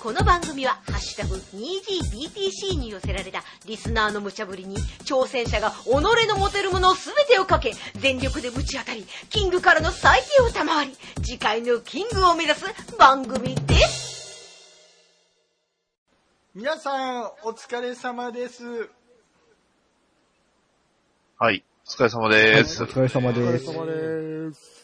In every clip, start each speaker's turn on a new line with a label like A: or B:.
A: この番組は、ハッシュタグ 2GBTC に寄せられたリスナーの無茶ぶりに、挑戦者が己の持てるものすべてをかけ、全力でぶち当たり、キングからの再起を賜り、次回のキングを目指す番組です。
B: 皆さん、お疲れ様です。
C: はい。お疲れ様です。
D: お疲れ様
E: お疲
D: で
E: れ
D: す。
E: 様です。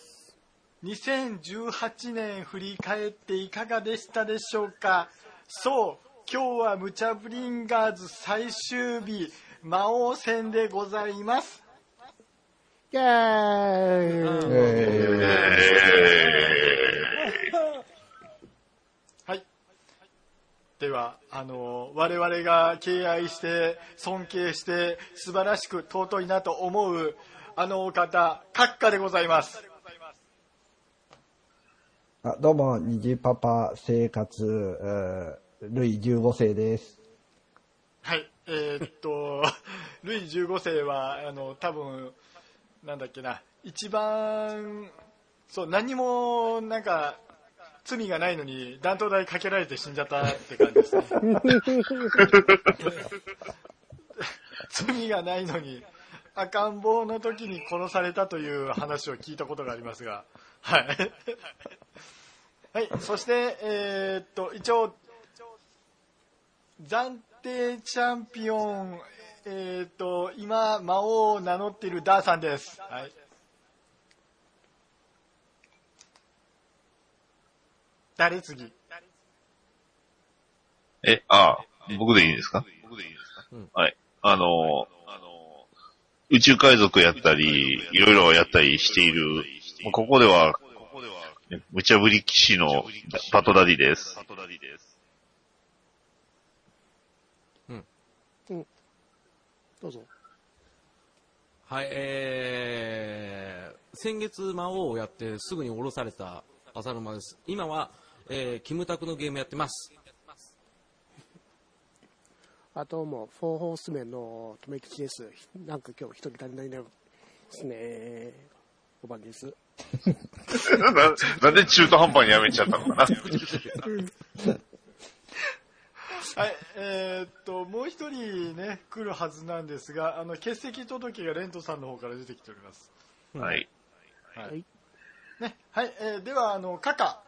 B: 2018年振り返っていかがでしたでしょうかそう、今日はムチャブリンガーズ最終日、魔王戦でございます。
E: イェーイ
D: え
B: はい。では、あの、我々が敬愛して、尊敬して、素晴らしく尊いなと思う、あのお方、閣下でございます。
D: ーあどうも、にじパパ生活、えールイ15世です。
B: はい、えーっと、 ルイ15世は、あの、多分なんだっけな、一番、そう、何も、なんか、罪がないのに、弾頭台かけられて死んじゃったって感じですね。罪がないのに、赤ん坊の時に殺されたという話を聞いたことがありますが、はい。はい、そして、えーっと、一応、暫定チャンピオン、えっ、と、今、魔王を名乗っているダーさんです。はい。誰次
C: え、あ僕でいいですかはい。あのー、宇宙海賊やったり、いろいろやったりしている、まあここでは、無茶ぶり騎士のパトダディです。
E: どうぞ。
F: はい、えー、先月魔王をやってすぐに降ろされた浅沼です。今は、えー、キムタクのゲームやってます。
E: あとも、フォーホースメンのとめきちです。なんか今日一人足りないな。ですね。お番です。
C: ななんで中途半端にやめちゃったのかな
B: はい、えっ、と、もう一人ね、来るはずなんですが、あの、欠席届がレントさんの方から出てきております。
C: はい。
B: はい。ね、はい、えーでは、あの、カカ、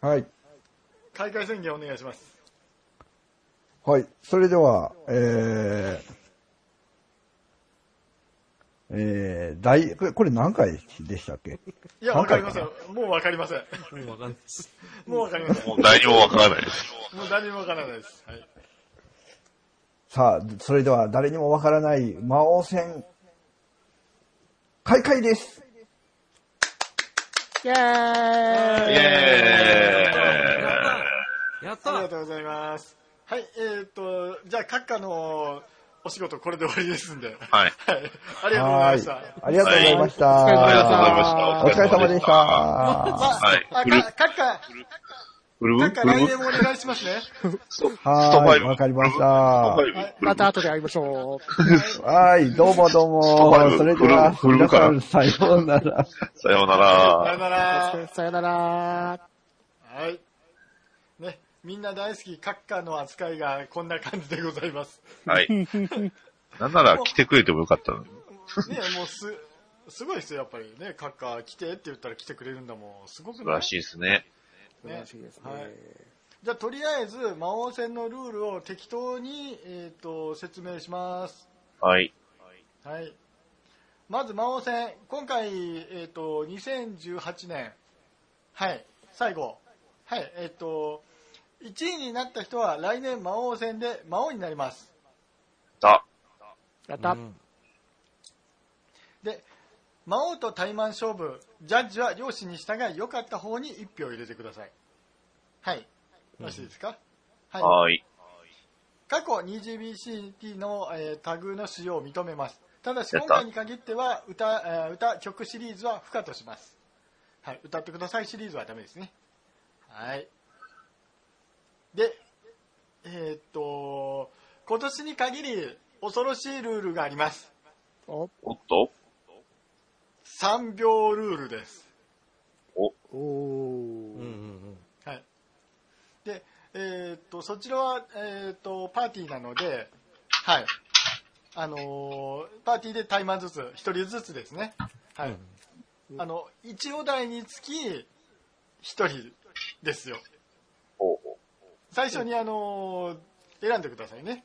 D: はい。
B: 開会宣言お願いします。
D: はい。それでは、えーえー、大、これこれ何回でしたっけ
B: いや、わ
D: 何
B: かり
D: 回
B: ません。もうわかりません。
F: もうわかんないです。
B: もうわかりません。も
C: もう何もわからないです。
B: う何もわからないです。はい。
D: さあ、それでは誰にもわからない魔王戦、開会です
E: イェーイ
C: イェーイ
F: やっ
B: ありが
F: た
B: とうございます。はい、えーっ、と、じゃあ、閣下のお仕事、これで終わりですんで。はい。
C: はい。
B: ありがとうござい
D: は
B: まし
D: い
B: た。。
D: ありがとうございました。
C: ありがとうござい
D: お
C: ま
D: 疲
C: した。
D: れ様でし。た。
C: はい。
B: あ、
C: フル、
B: か閣下、
C: フルブ
B: 閣
C: フ
B: 下、来
C: ルブ
B: 年もお願いしますね。
D: はい。わかりまし
C: ス
D: た
C: トフ。ァイブフルブ
E: また後で会いましょう。
D: はい、どうもどうも。それでは、
C: 古
D: 皆
C: 古
D: さ
C: 川
D: ん、さようなら。
C: さような
B: さよ
C: ら。
B: な
E: お疲れ
B: ら。
E: さよなら。
B: はい。ね、みんな大好き、閣下の扱いがこんな感じでございます。
C: はい。なんなら来てくれてもよかったのに。
B: ね、もうす、すごいですよ、やっぱりね。閣下、来てって言ったら来てくれるんだもん。すごく
C: 素晴
B: ない
C: らしいですね。
E: 素晴らしいですね。
B: はいじゃあ、とりあえず、魔王戦のルールを適当に、えーっ、と、説明します。
C: はい。
B: はい。まず、魔王戦。今回、えっ、と、2018年。はい。最後。はい。えっ、と、1位になった人は来年魔王戦で魔王になります。
C: だ。
E: やっ
F: う
E: た。
F: ん
B: で、魔王と対マン勝負。ジャッジは両親に従い良かった方に1票を入れてください。はい。よろしいですか、はい。
C: はい。
B: 過去 2GBCT の、えータグの使用を認めます。ただし、
C: やっ
B: 今
C: た
B: 回に限っては歌、えー歌、曲シリーズは不可とします。はい、歌ってくださいシリーズはダメですね。はい。で、えーっと、今年に限り恐ろしいルールがあります。
E: お、
C: おっと
B: 3秒ルールです。
F: う
E: お
F: んう
E: ー。
F: ん
B: はい。で、えーとそちらは、えー、とパーティーなので、はいあのーパーティーでタイマーずつ、1人ずつですね、はいあの1お題につき1人ですよ、
C: おうおう
B: 最初に、あのー選んでくださいね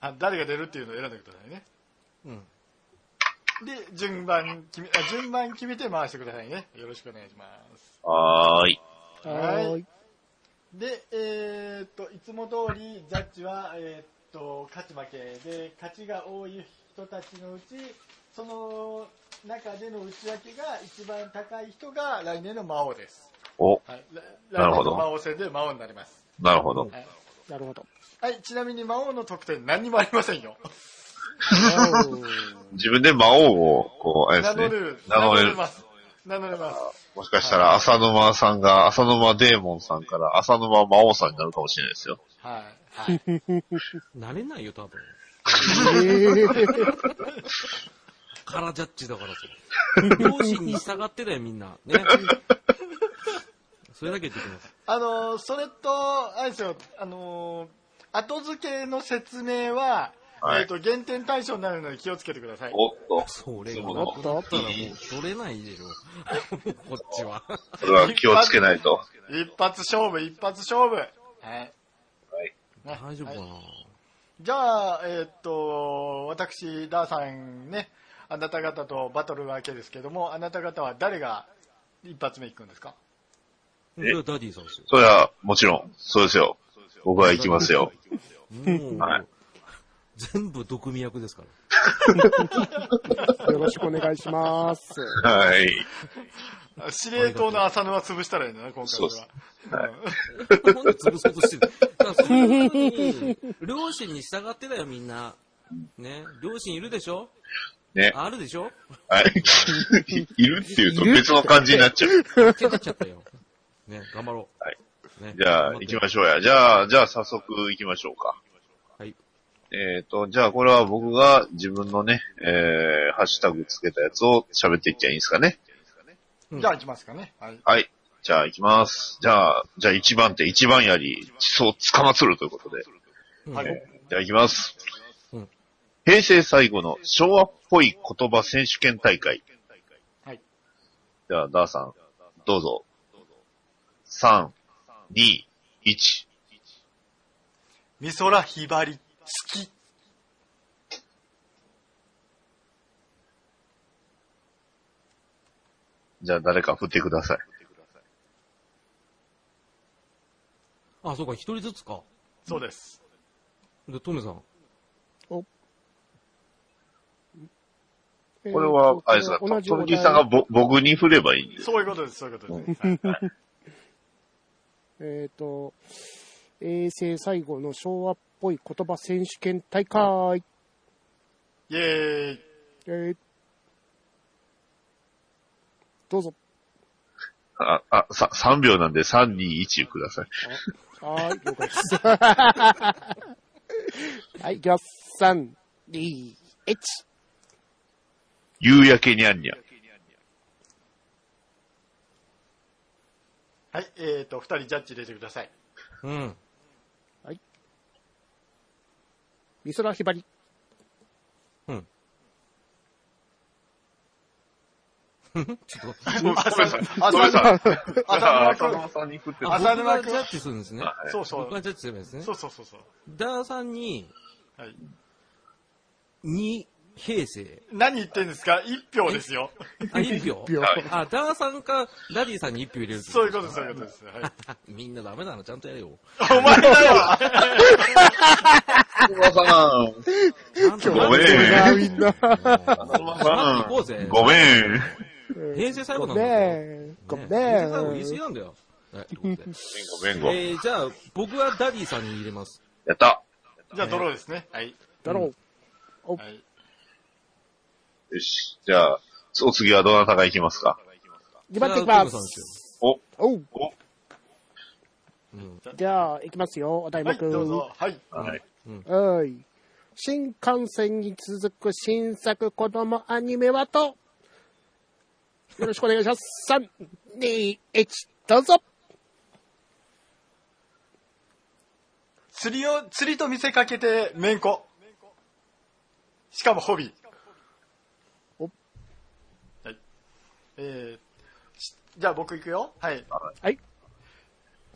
B: あ、誰が出るっていうのを選んでくださいね。
F: うん。
B: で、順番決め、あ順番決めて回してくださいね。よろしくお願いします。
C: はーい。
B: はい
E: はーい。
B: で、えーっと、いつも通り、ジャッジは、えーっと、勝ち負けで、勝ちが多い人たちのうち、その中での内訳が一番高い人が来年の魔王です。
C: お、
B: はい。
C: な
B: 来
C: る
B: 年
C: ほ
B: の
C: ど
B: 魔王戦で魔王になります。
C: なるほど。
B: はい。
E: なるほど。
B: はい、ちなみに魔王の得点何にもありませんよ。
C: 自分で魔王を、こう、あれで
B: 名
C: す
B: 乗
C: ね
B: る。、
C: 名乗れ
B: れ
C: る。
B: ます。名乗れます。
C: もしかしたら、浅沼さんが、浅沼デーモンさんから、浅沼魔王さんになるかもしれないですよ。
B: はい。はい。
F: なれないよ、多分。
E: え
F: からジャッジだからと。両親に従ってだよ、みんな。ね。それだけ言ってきます。
B: あのーそれと、あれですよ、あのー後付けの説明は、
C: はい
B: えっ、と、減点対象になるので気をつけてください。
C: おっと、
F: それが
C: そう
F: な
C: だ
F: くなったらもう取れないでしょ。こっちは。
C: それは気をつけないと。
B: 一発勝負、一発勝負。はい。ね
F: 大丈夫かな、
B: はいじゃあ、えっ、と、私、ダーさんね、あなた方とバトルわけですけども、あなた方は誰が一発目行くんですか
F: それはダディさんですよ。
C: それは、もちろん、そうですよ。僕は行きますよ。
F: もう、
C: はい
F: 全部毒味役ですから。
E: ーよろしくお願いします。
C: はい。
B: あ司令塔の浅沼潰したらいいんだな、今回
C: そう
B: は
C: で。す
F: なんで潰そうとしてるだからそんな時に、両親に従ってだよ、みんな。ね。両親いるでしょ
C: ね。
F: あるでしょ
C: はい。いるっていうと別の感じになっちゃう。
F: 手出ちゃったよ。ね、頑張ろう。
C: はい。
F: ね、
C: じゃあ、行きましょうや。じゃあ、じゃあ早速行きましょうか。
F: はい。
C: えっ、と、じゃあこれは僕が自分のね、えー、ハッシュタグつけたやつを喋っていっちゃいいんですかね。
F: うん
B: じゃあ行きますかね。はい。
C: はい。じゃあ行きます。じゃあ、じゃあ一番手、一番やり、地層つかまつるということで。
F: うん
B: はい
C: じゃあ行きます
F: うん。
C: 平成最後の昭和っぽい言葉選手権大会。
B: はい。
C: じゃあ、ダーさん、どうぞ。3、2、1。
B: 美空ひばり、好き。
C: じゃあ誰か振ってください。
F: あ、そうか、一人ずつか。
B: そうです。
F: で、トメさん。
E: えー
C: これは、あれですか、ト
E: 同じ
C: ムキさんがぼ僕に振ればいいんです。
B: そういうことです、そういうことです。はい
E: えっ、と、衛星最後の昭和っぽい言葉選手権大
B: イェ
E: 会。
B: ーイ。
E: えーどうぞ。
C: あ、あ、さ、3秒なんで3、2、1ください。
E: はーい、了 解です。はい、行きます。3、2、1。
C: 夕焼けにゃんにゃん。
B: はい、えっ、と、二人ジャッジ入れてください。
F: うん。
E: 美空ひばり。
F: うん。ちょっと、
B: あ、そうそう。
C: トメさん、
B: あ
C: 浅沼さんに振って
F: あ
B: 浅
F: 僕
B: 沼
F: が
B: 君
F: ジャッジするんですね。
B: そうそ
F: 僕が
B: う。
F: ジャッジすればいいですね
B: そ。うそうそうそう。
F: ダーさんに、
B: はい。
F: 2平成。
B: 何言ってんですか一票ですよ。
F: あ、1票
E: 秒。
F: あ、ダーさんか、ダディさんに1票入れるって
B: そういう
F: で
B: ことです、そういうことです。は
F: すか。みんなダメなの、ちゃんとやれよ。
B: い、お前だよ
C: 浅沼さん。
F: 今日
C: ごめん
E: あーみんな。
F: 行こうぜ。
C: ごめん。
F: 平成最後な
E: ご
F: ん
E: め
F: だよ。
E: ん。ごめん。
F: 平成最後言い過ぎなんだよ。はい、ということで
C: ごめん、ごめん。
F: えー、じゃあ、僕はダディさんに入れます。
C: やった。
B: じゃあ、ドローですね。はい。
E: だろう。
B: はい。
C: よし。じゃあ、お次はどなたが行きますか
E: 決まってきま。
F: じゃあトムさんですすよ
C: お、
E: おう。
C: お、
E: じゃあ、行きますよ、お題
B: はい、
E: 目。
B: どうぞ。はい。
C: はい。
E: はい。新幹線に続く新作子供アニメはと、よろしくお願いします。3、2、1、どうぞ。
B: 釣りを、釣りと見せかけて、めんこ。しかもホビー。
E: お
B: はい。えーしじゃあ僕行くよ。はい。
E: はい。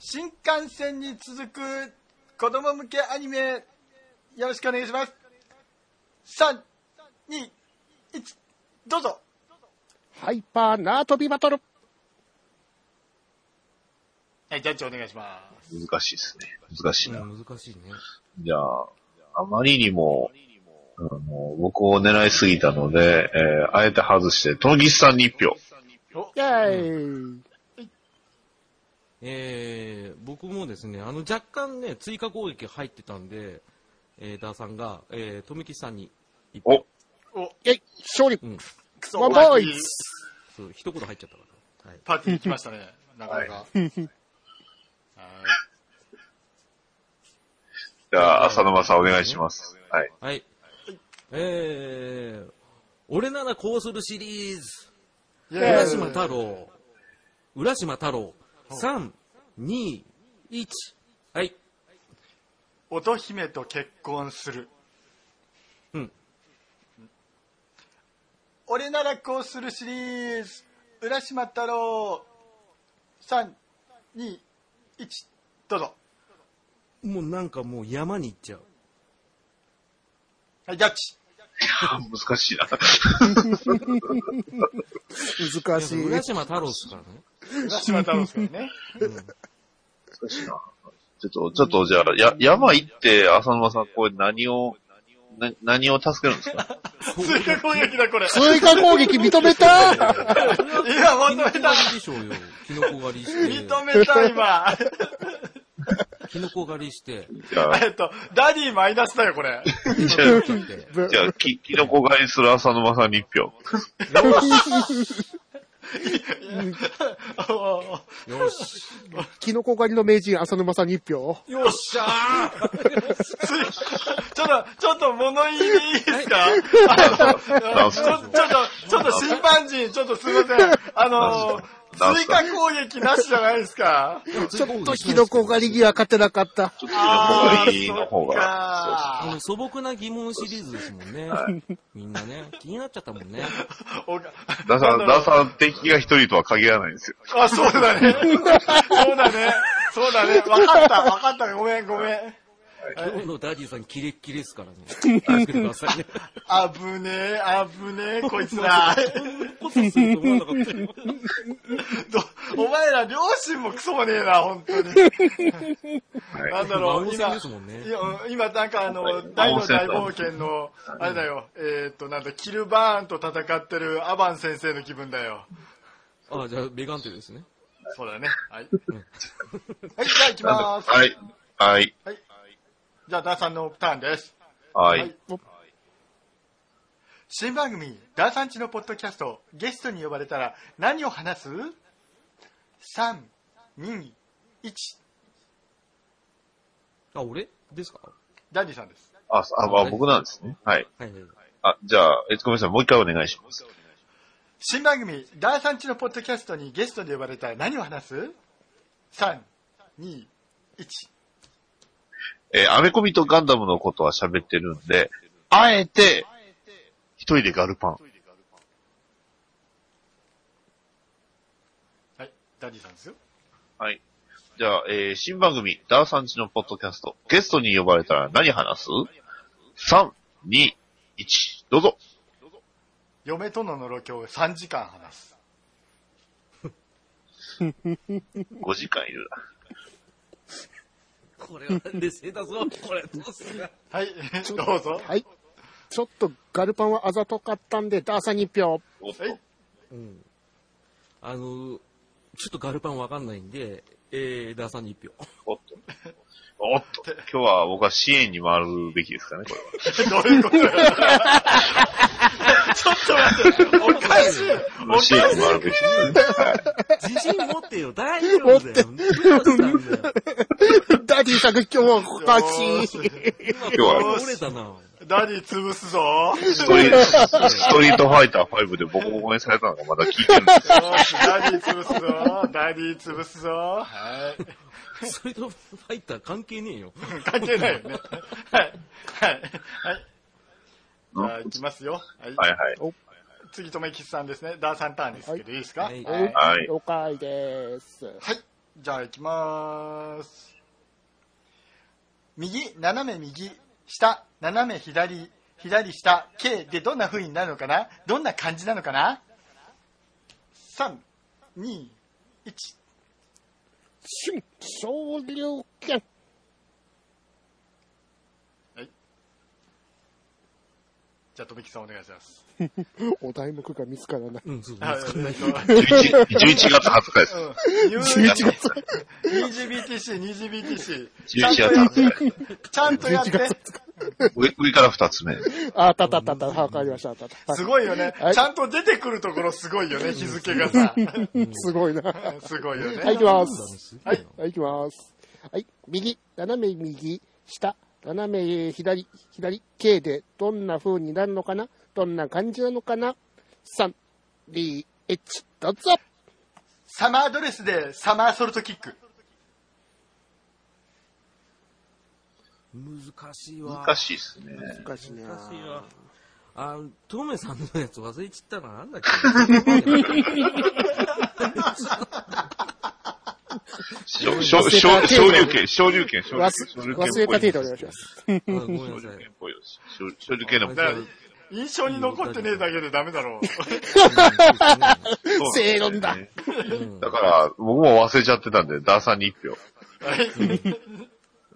B: 新幹線に続く子供向けアニメ、よろしくお願いします。3、2、1、どうぞ。
E: ハイパー縄跳びバトル。
B: はい、ジャッジお願いします。
C: 難しいですね。難しいな。
F: うん難しいね。
C: じゃあ、あまりにも、あの僕を狙いすぎたので、えーあえて外して、トノギスさんに一票。
E: イェーイ。
F: えー、僕もですね、あの若干ね、追加攻撃入ってたんで、えー、ダーさんが、えー、富木さんに一票、
C: お
E: イェイ勝利
F: うん、
B: ク
E: ワンボーイ
F: そう、一言入っちゃったから。はい。
B: パーティー行きましたね、なかなか。はい
C: じゃあ、浅沼さんお願いします。はい。
F: はい。えー、俺ならこうするシリーズ、
B: イェ
F: 浦
B: ーイ
F: 島太郎、浦島太郎、3、2、1、はい。
B: 乙姫と結婚する。
F: うん。
B: 俺ならこうするシリーズ、浦島太郎、3、2、1、どうぞ。
F: もうなんかもう山に行っちゃう。
B: はい、ジャッジ。
C: 難しいな。
E: 難しい。
F: 浦島太郎ですからね。
B: 浦島太郎ですからね。
C: 難しいな。ちょっと、ちょっと、じゃあ、や、山行って、浅沼さん、これ何を、な何を助けるんですか
B: 追加攻撃だ、これ。
E: 追加攻撃認め た
B: いや、
F: キノ
B: 認
F: コ
B: めた
F: 狩。りでしょうよ。キノコ狩りして、
B: 認めた、今。
F: キノコ狩りして、
C: じゃあ、
B: えっと、ダディマイナスだよ、これ。
C: じゃあ、
F: で
C: じゃあ、き、キノコ狩りする浅沼さんに一票。
F: よし。
E: キノコ狩りの名人、浅沼さんに一票。
B: よっしゃーちょっと、ちょっと物言いでいいですか
C: なんす
B: ちょ、
C: か
B: ちょっと、ちょっと審判陣、ちょっとすいません。あの
C: な
B: ー、
C: んす
B: 追
C: か
B: 加攻撃なしじゃないですか。
E: ちょっとキノコ狩りには勝てなかった。
C: ちょっとキノコ狩りの方が。
F: あ
B: あ
F: の、素朴な疑問シリーズですもんね。みんなね、気になっちゃったもんね。
B: ーおか
C: ダサ、
B: あの
C: ダサ、敵が一人とは限らないんですよ。
B: あ、そうだね。そうだね。そうだね。わかった、わかった。ごめん、ごめん。
F: 今日のダディさんキレッキレですからね。気をつけてくださいね。
B: あぶねえ、あぶ ねえ、こいつら。
F: こそすると思わなかったよ。
B: どお前ら両親もクソもねえな、本当に。
C: は。
B: ないんだろう、
F: まあ
B: 今
F: 温泉ですもんね、
B: いや今なんかあの
C: い、
B: 大の大冒険の、あれだよ、えーっと、なんだ、キルバーンと戦ってるアバン先生の気分だよ。
F: あ、じゃあ、ベガンテですね。
B: そうだね。はい。はい、じゃあ行きまーす。
C: はい。はい。
B: じゃあ、ダーさんのターンです。
C: はい。
B: 新番組、ダーさんちのポッドキャスト、ゲストに呼ばれたら何を話す ?3、2、1、
F: あ、俺ですか
B: ダディさんです。
C: あ、あまあ、僕なんですね。はい。
F: はいはい。
C: あ、じゃあ、え、ごめんなさい。もう一回お願いします。
B: 新番組「ダーさんちのポッドキャスト」にゲストで呼ばれたら何を話す ?321
C: えーアメコミとガンダムのことは喋ってるんで、あえて、一人でガルパン。
B: はいダディさんですよ
C: はい。じゃあ、えー新番組、ダーさんちのポッドキャスト、ゲストに呼ばれたら何話す ?3、2、1、どうぞ。
B: 嫁とののろきを3時間話す
C: 5時間いる
F: これは劣勢だぞ。 これ、どうする
B: はいどうぞ
E: はい。ちょっとガルパンはあざとかったんで、ダーさんに一 票。
C: な。おっと
B: はい
F: うん。あの、ちょっとガルパンわかんないんで、えー、ダーさんに一票。
C: おっと。おっと。今日は僕は支援に回るべきですかね、これは。
B: どういうことだよちょっと待って おかしいおかし
C: 支援に回る
B: い
C: べきですね。
F: 自信持ってよ。大丈夫だよ。どう したんだよ。
E: ダディさんが今日はおかしい。
F: 今、折れたな。
B: ダディ潰すぞ。
C: ストリストリートファイター5でボコボコにされたのがまだ聞いてるんですよ。
B: よしダディ潰すぞ。ダディ潰すぞ。はい。
F: ストリートファイター関係ねえよ。
B: 関係ないよね。はい。はい。はい。じゃあ、いきますよ。はい。
C: はいはい。
B: 次、とめきちさんですね。ダーさんターンですけど、いいですか
F: はい
E: はい
C: はい
E: 了解です。
B: はい。じゃあ、行きまーす。右、斜め右、下、斜め左、左下、K でどんな風になるのかなどんな感じなのかな ?3、2、1。
E: 新昇竜拳。
B: じゃあ、とめきさんお願いします。
E: お題目が見つからない。
F: うん、そう
B: はい、
F: です。
B: えっと
C: 11 11月20日です。
B: うん
E: 11
B: 20 20BTC、20BTC。
C: 11
B: ちゃんとやっ
C: 月20
B: て
C: 日。
B: ちゃんとやって。
C: 上上から2つ目。
E: あ、あったあったあったあった。わかりました。あったあった
B: すごいよね
E: は。い
B: ちゃんと出てくるところすごいよね、日付がさ。
E: すごいな。は
B: すごいよね。
E: い、行きます。
F: すげえな
E: はい、行きます。はい、右、斜め右、下、斜め左、左、K でどんな風になるのかなどんな感じなのかな ?3、2、1、どうぞ
B: サマードレスでサマーソルトキック。
F: 難しいわ。
C: 難しいですね。
E: 難しいな
F: 難しいわ。あ、トメさんのやつ忘れちったな。なんだっけ
C: しょしょしょ昇竜拳、昇竜拳、昇
E: 忘
C: 竜拳。
E: 忘れた程度でお願いします。
F: あごめん
C: 昇
F: な
C: 竜
F: さ
C: 拳
F: い
C: っ。ぽいよ。昇昇竜拳の
F: あ
C: も
F: ごめんなさい
B: 印象に残ってねえだけでダメだろう。
E: 正論だ。
C: だから、僕も忘れちゃってたんで、ダーさんに1票。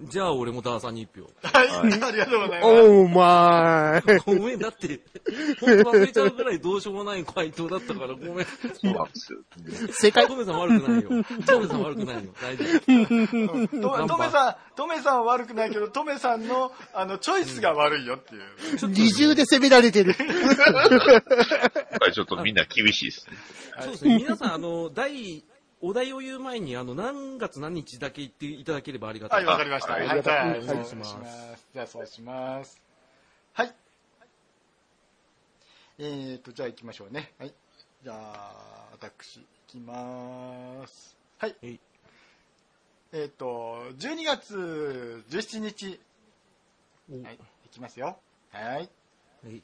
F: じゃあ俺もダーさんに一票。
B: はい、ありがとうございます。
E: おーまーい。
F: ごめん、だって、本当忘れちゃうぐらいどうしようもない回答だったから、ごめ
C: そ
F: ん。
C: うなんですよ。
E: 正解
F: トメさん悪くないよ。トメさん悪くないよ。大丈
B: ととめさん、とめさんは悪くないけど、とめさんの、あの、チョイスが悪いよっていう。
E: 二重で攻められてる。
C: 今回ちょっとみんな厳しいですね。
F: 夫。そうですね。皆さん、あの、第、お題を言う前に、あの、何月何日だけ言っていただければありがた
B: はい、
F: い。
B: わかりました。
C: あ
B: は
C: あ
B: い、
C: り
B: じゃ
E: が
B: あ、
E: たいはい
B: そうします。じゃあ、そうします。はい。えーと、じゃあ行きましょうね。はい。じゃあ、私、行きます。はい
F: はい。
B: えーと、12月17日。
F: お
B: はい。行きますよ。はい。
F: はい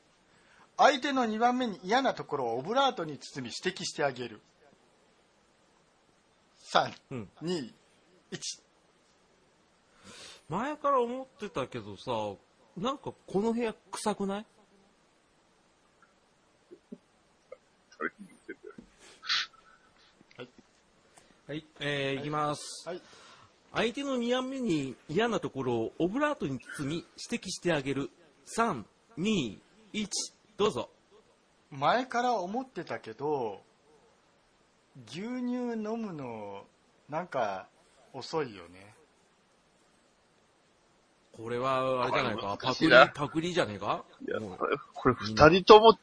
B: 相手の2番目に嫌なところをオブラートに包み指摘してあげる。3、
F: うん
B: 2、1。
F: 前から思ってたけどさ、なんかこの部屋臭くない
B: はい。
F: はい、えー、いきます。
B: はい。
F: 相手の2番目に嫌なところをオブラートに包み指摘してあげる。3、2、1、どうぞ。
B: 前から思ってたけど牛乳飲むのなんか遅いよね
F: これは、あれじゃないか。
C: これ難
F: パク
C: しい
F: リ、
C: な
F: パクリじゃねえか
C: いや、
F: もう
C: これ、これ二人とも、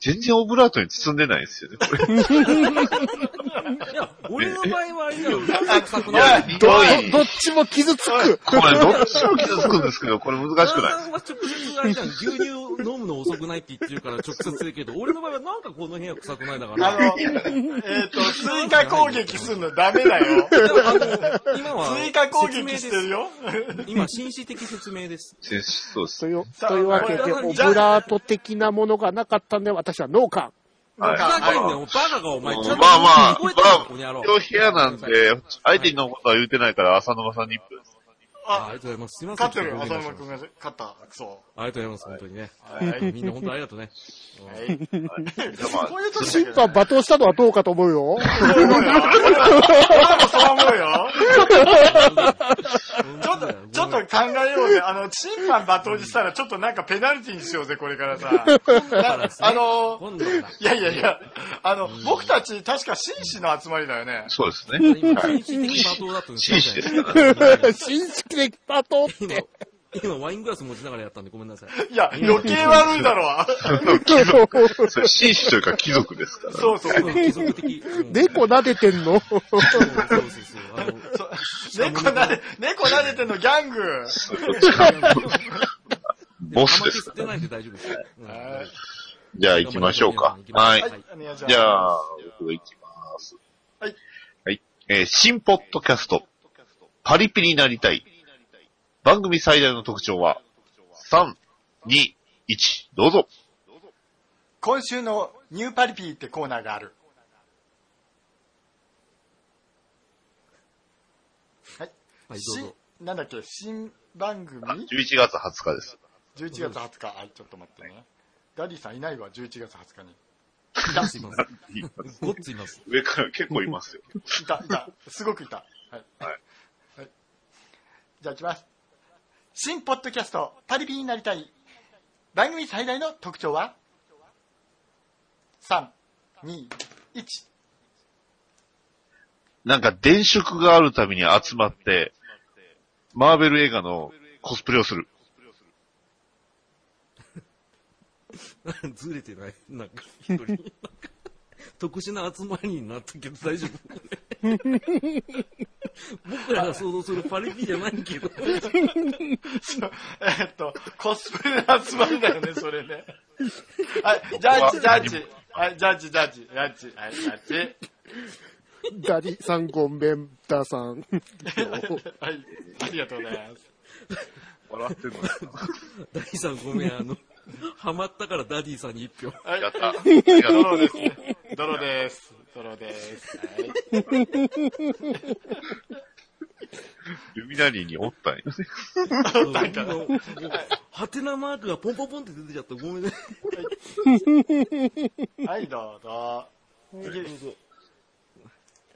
C: 全然オブラートに包んでないですよね、これ。
F: いや、 俺の場合はあれだよ。臭く
C: い
F: な
C: や、
F: い。
C: ひど
E: ど
C: い。
E: どっちも傷つく。
C: これ、どっちも傷つくんですけど、これ難しくない
F: 旦那さんは直接あれじゃん。牛乳飲むの遅くないって言ってるから直接言うけど、俺の場合はなんかこの部屋臭 くないだか
B: あ
F: ら。
B: のえっ、と追加攻撃するのダメだ よ
F: でもあの今 は
B: 追加攻撃してるよ
F: 説明です。今、紳士的説明です。
C: 先生そうです
E: という、
B: さあ
E: というわけで、
B: これ
E: オブラート的なものがなかったんで、私はノーカ
C: はい
F: ふざけんなよ、バカがお前。ちゃんと
C: まあまあ、
F: 聞こえたのこの野
C: まあ、
F: 郎
C: 両部屋なんで、相手のことは言うてないから、浅沼さんに1分です。
F: ああ
B: あ
F: りがとうございます。すいません。
B: 勝ってる
F: ちょと
B: 浅
F: ごめん
B: 沼
F: なさい
B: 君が勝ったクソ
F: ありがとうございます、本当にね。
B: はいはい
F: みんな本当ありがとうね。
C: じゃあ
B: こういう
E: ー。
B: 時
E: 審
B: だけ
E: 判罵倒したのはどうかと思う よ。
B: そう思うよ俺もそう思うよちょっと、ちょっと考えようぜ。あの、審判罵倒にしたら、ちょっとなんかペナルティにしようぜ、これ からさ。なあの、
F: 今度はな、
B: いやいやいや、あの、僕たち、確か紳士の集まりだよね。
C: そうです ね。
F: 今、紳士的罵倒だったんです
C: 紳士ですから。
E: 紳士的罵倒っ
F: 今
E: て。、
F: 今ワイングラス持ちながらやったんでごめんなさい。
B: いや、余計悪いだろう。
C: それ紳士というか貴族ですから。
B: そう そう。
F: 貴族的。うん
E: 猫撫でてん の
F: そうそうそうそう。あの、
B: 猫なで、猫なでてんのギャング。
C: そう。ボスです
F: あまり捨てないんで大丈夫ですよ。うん
B: はい
F: 大丈
C: じゃあ行きましょうか。はい。
B: はい、お願いします。
C: じゃあ、僕が行きます。
B: はい。
C: はい。えー新ポッドキャスト。パリピになりたい。番組最大の特徴は、3、2、1、どうぞ。
B: 今週のニューパリピーってコーナーがある。はい。
F: 夫ですはい、
B: 新
F: どうぞ。、
B: なんだっけ、新番組
C: あ ?11 月20日です。
B: ?11 月20日。あ、ちょっと待ってね。ダディさんいないわ、11月20日に。
F: ごっつい ます。ごっついます。
C: 上から結構いますよ。
B: いた、いた。すごくいた。はい。
C: はい
B: はいじゃあ行きます。新ポッドキャスト、パリピになりたい。番組最大の特徴は ?3、2、1。
C: なんか電飾があるために集まって、マーベル映画のコスプレをする。
F: ずれてない。なんか、一人。なんか特殊な集まりになったけど大丈夫。 僕らが想像するパリピじゃないけど。
B: そうえーっと、コスプレの集まりだよね、それね。はい、ジャッジ、ジャッジ。はい、ジャッジ、ジャッジ、ジャッジ、はい、ジャッジ。
E: ダリさんごめん、ダさん。
B: はい、ありがとうございます。
C: 笑ってんの
F: ダディさんごめん、あの、ハマったからダディさんに一票。
B: はい
C: やっ、た。ありがとう
B: ドローですね。ドローです。ドローです。はい。
C: ルミナリーにおったんよね。
F: ハテナマークがポンポンポンって出てちゃった。ごめんね。
B: はい、どうぞ。次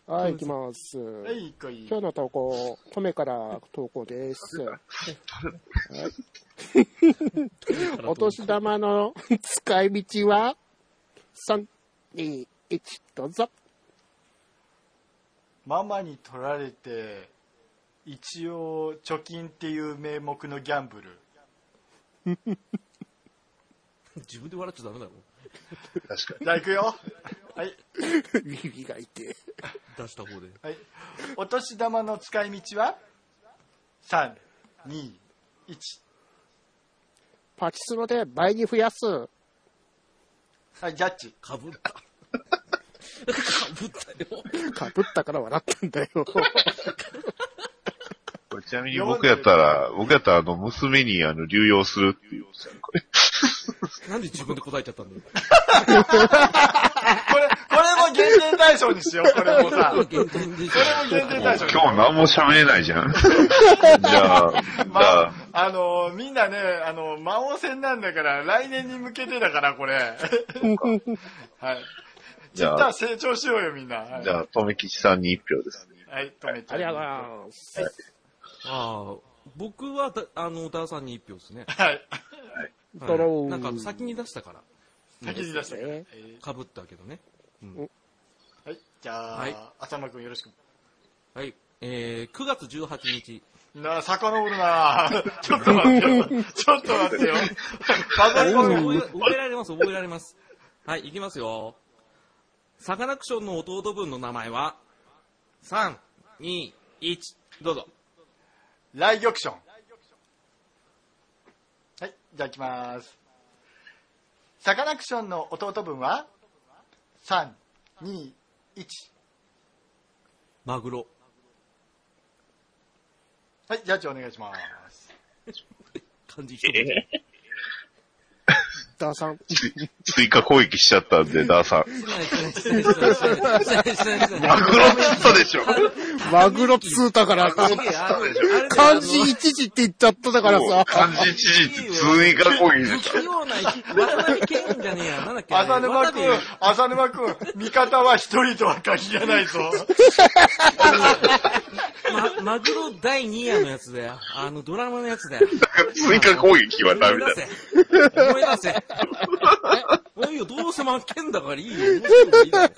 E: はい、行きます。
B: はい、来い。
E: 今日の投稿、トメから投稿です。はいお年玉の使い道は ?3、2、1、どうぞ。
B: ママに取られて、一応、貯金っていう名目のギャンブル。
F: 自分で笑っちゃダメだろ。
C: 確か
B: じゃあ、行く よ。はい。
E: 耳が痛い。
F: 出した方で。
B: はい。お年玉の使い道は ?3、2、1。
E: パチスロで倍に増やす。
B: はい、ジャッジ。
F: かぶった。かぶったよ。
E: かぶったから笑ったんだよ。
C: に。ちなみに僕やったら、僕やったらあの、娘にあの、流用するっていう。これ
F: なんで自分で答えちゃったんだよ。
B: これ、これも減点対象にしよう、これもさ。こ
F: 限界でし
B: れも減点対象にしよ
C: 今日何も喋れないじ ゃん。じゃあ、
B: う。
C: じ
B: ま
C: ゃ
B: あ
C: あ、、
B: あのーみんなね、あのー魔王戦なんだから、来年に向けてだから、 これ。はい。
C: じ
B: じ
C: ゃ
B: ゃ
C: あ
B: あ、、成長しようよ、みんな。はい
C: じ。ゃあ、とめきちさんに一票です ね。
B: はい、止めちゃ
E: ありがとうございます。
F: ああ、僕はだ、あの、ダーさんに一票ですね。
B: はい。
F: はい
E: ドロー
F: なんか先に出したから。
B: 先に出したから。
E: うん
B: はい
F: かぶったけどね。
B: はい。じゃ
F: はい
B: あ、浅間くんよろしく。
F: はい。えー、9月18日。
B: なあ、遡る なあちょっと待ってよ。ちょっと待ってよ。バザコン
F: 覚 え覚えられます、覚えられます。はい、いきますよ。サカナクションの弟分の名前は、3、2、1、どうぞ。
B: 来玉ション。はい、じゃあ行きます。サカナクションの弟分は ?3、2、1。
F: マグロ。
B: はい、ジャッジお願いします。
F: 漢字一文字。
E: ダーさん。
C: 追加攻撃しちゃったん で、ダーさ ん。
F: してない、してない、してない、してない、してない、してない
C: マ。グロっつったでしょ
E: マグロ通だから、
F: あれね
E: 漢字一字って言っちゃっただからさ。
C: 漢字知事追加攻撃でし
F: 不器用な、渡辺謙じゃねえや、なんだっけ、
B: 浅沼くん
F: 渡辺、
B: 浅沼くん、味方は一人とは限らない ぞ。
F: ま、マグロ第2夜のやつだよ。あの、ドラマのやつだよ。
C: ょ。追加攻撃はダメだ。
F: 思い出せ。思い出せ。おいよ、どうせ負けんだからいいよ。面白いいいだろ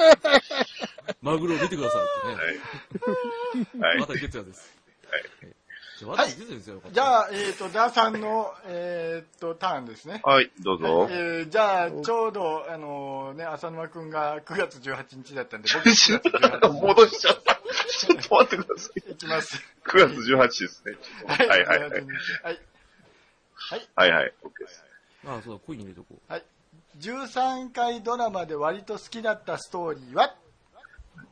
F: マグロ見てくださいってね。
C: はい。
F: また月夜です。じゃあ、ま
B: は
F: た
B: い
F: 月夜ですよ。
B: じゃあ、えっ、と、ダーさんの、えっ、と、ターンですね。
C: はい、どうぞ。
B: えーじゃあ、ちょうど、あのね、浅沼くんが9月18日だったんで、 僕9月18日
C: 戻しちゃった。ちょっと待ってください。
B: いきます。
C: 9月18ですね。はいはいはい。
B: はい。はい。
C: はいはい、OK です。
F: ああ、そうだ、コイン入れとこう。
B: はい。13回ドラマで割と好きだったストーリーは、
C: だ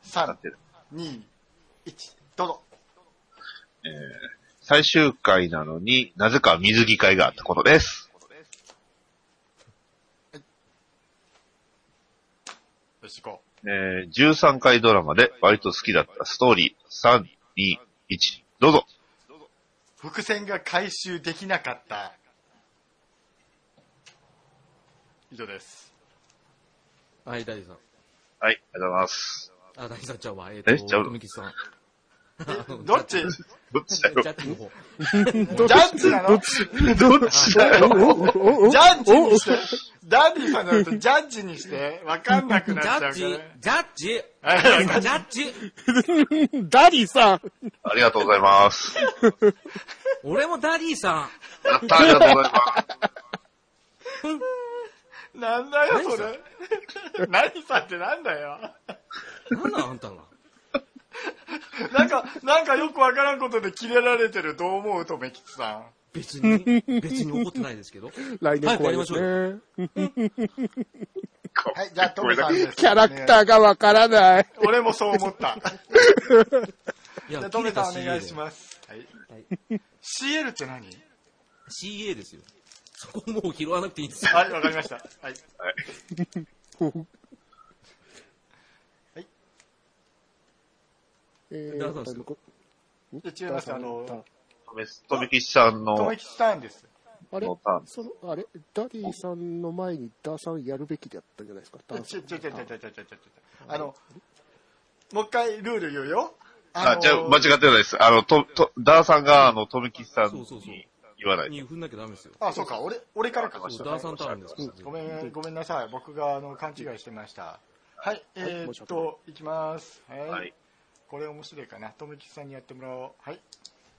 B: 3
C: っ、て
B: 2、1、どうぞ。
C: 最終回なのになぜか水着会があったことです。
B: よし、行こ
C: えー13回ドラマで割と好きだったストーリー、3、2、1、どうぞ。
B: う。伏線が回収できなかった。以上です。
F: はい、大地さん。
C: はい、ありがとうございます。
F: あ、大地さんちゃうわ。えっ、
C: えちゃ
F: と、
C: う
F: 富木さん。
B: どっち
C: どっち
F: ジ
C: だ
F: ャ
C: よ。
F: ッジの方。
B: ジャッジなの
C: どっちだよ。
B: ジャッジにして、ダンディさんのやつジャッジにして、わかんなく
F: ジ
B: なっちゃ
F: ャ
B: うから
F: ッ
B: ね。
F: ジジャッジ
B: はい
F: ジャッジ
E: ダリーさん
C: ありがとうございます。
F: 俺もダディさ
C: やった、ありがとうございます。
B: なんだよ、
F: 何
B: そ
F: さ
B: れ。何さってなんだよ。
F: んなんなんあんたが。
B: なんか、なんかよくわからんことでキレられてる、どう思うとめきちさん。
F: 別に、別に怒ってないですけど。
E: 来年怖いです
F: 早
E: ね。
B: はい、じゃあ、トメさんです。
E: キャラクターがわからない。
B: 俺もそう思った。
F: い
B: じゃ
F: や
B: あ、トメさんお願いし
F: す。
B: ます。はい。
F: はい
B: CL って何
F: CA ですよ。そこもう拾わなくていいんですよ。
B: はい、わかりました。はい。
E: え
F: 皆さんです
E: ー
F: か
B: で違います、あの、
C: とめとめきちさん
B: と
C: の
B: め、きちさんです。
E: あれ
C: のターン
E: その、あれダディさんの前にダーさんやるべきだったんじゃないですかダー
B: ち
E: さ
B: ょ、
E: ん
B: ちょ、ちょ、ちょ、ちょ、ちょ、ちょ、ちょ、あの、もう一回ルール言うよ。
C: あ、
B: の
C: じゃあ間違ってないです。あの、と、と、ダーさんが、あの、とめきちさん
F: そうそうそう
C: に言わない。
F: に踏んなきゃダメですよ。
B: あ、そうか、俺、俺からか。
F: そうダーさんターンですから
B: ごめん、ごめんなさい。僕が、あの、勘違いしてました。はい、えーっと、いきます。は
C: はいい。。
B: これ面白いかな。とめきちさんにやってもらおう。はい。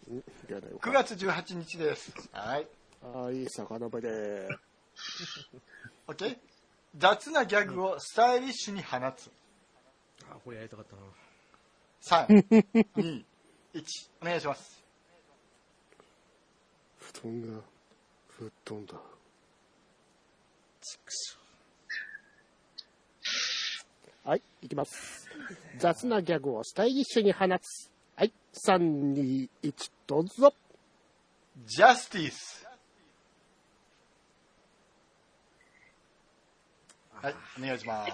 E: うんやだよ
B: 9月18日です。はい。
E: あいい魚場で。
B: OK? 雑なギャグをスタイリッシュに放つ。
F: あ、これやりたかったな。
B: 3、2、1。お願いします。
E: 布団が、布団だ。はい、いき ます。雑なギャグをスタイリッシュに放つ。はい、3、2、1、どうぞ。
B: ジャスティス。はい、お願いしま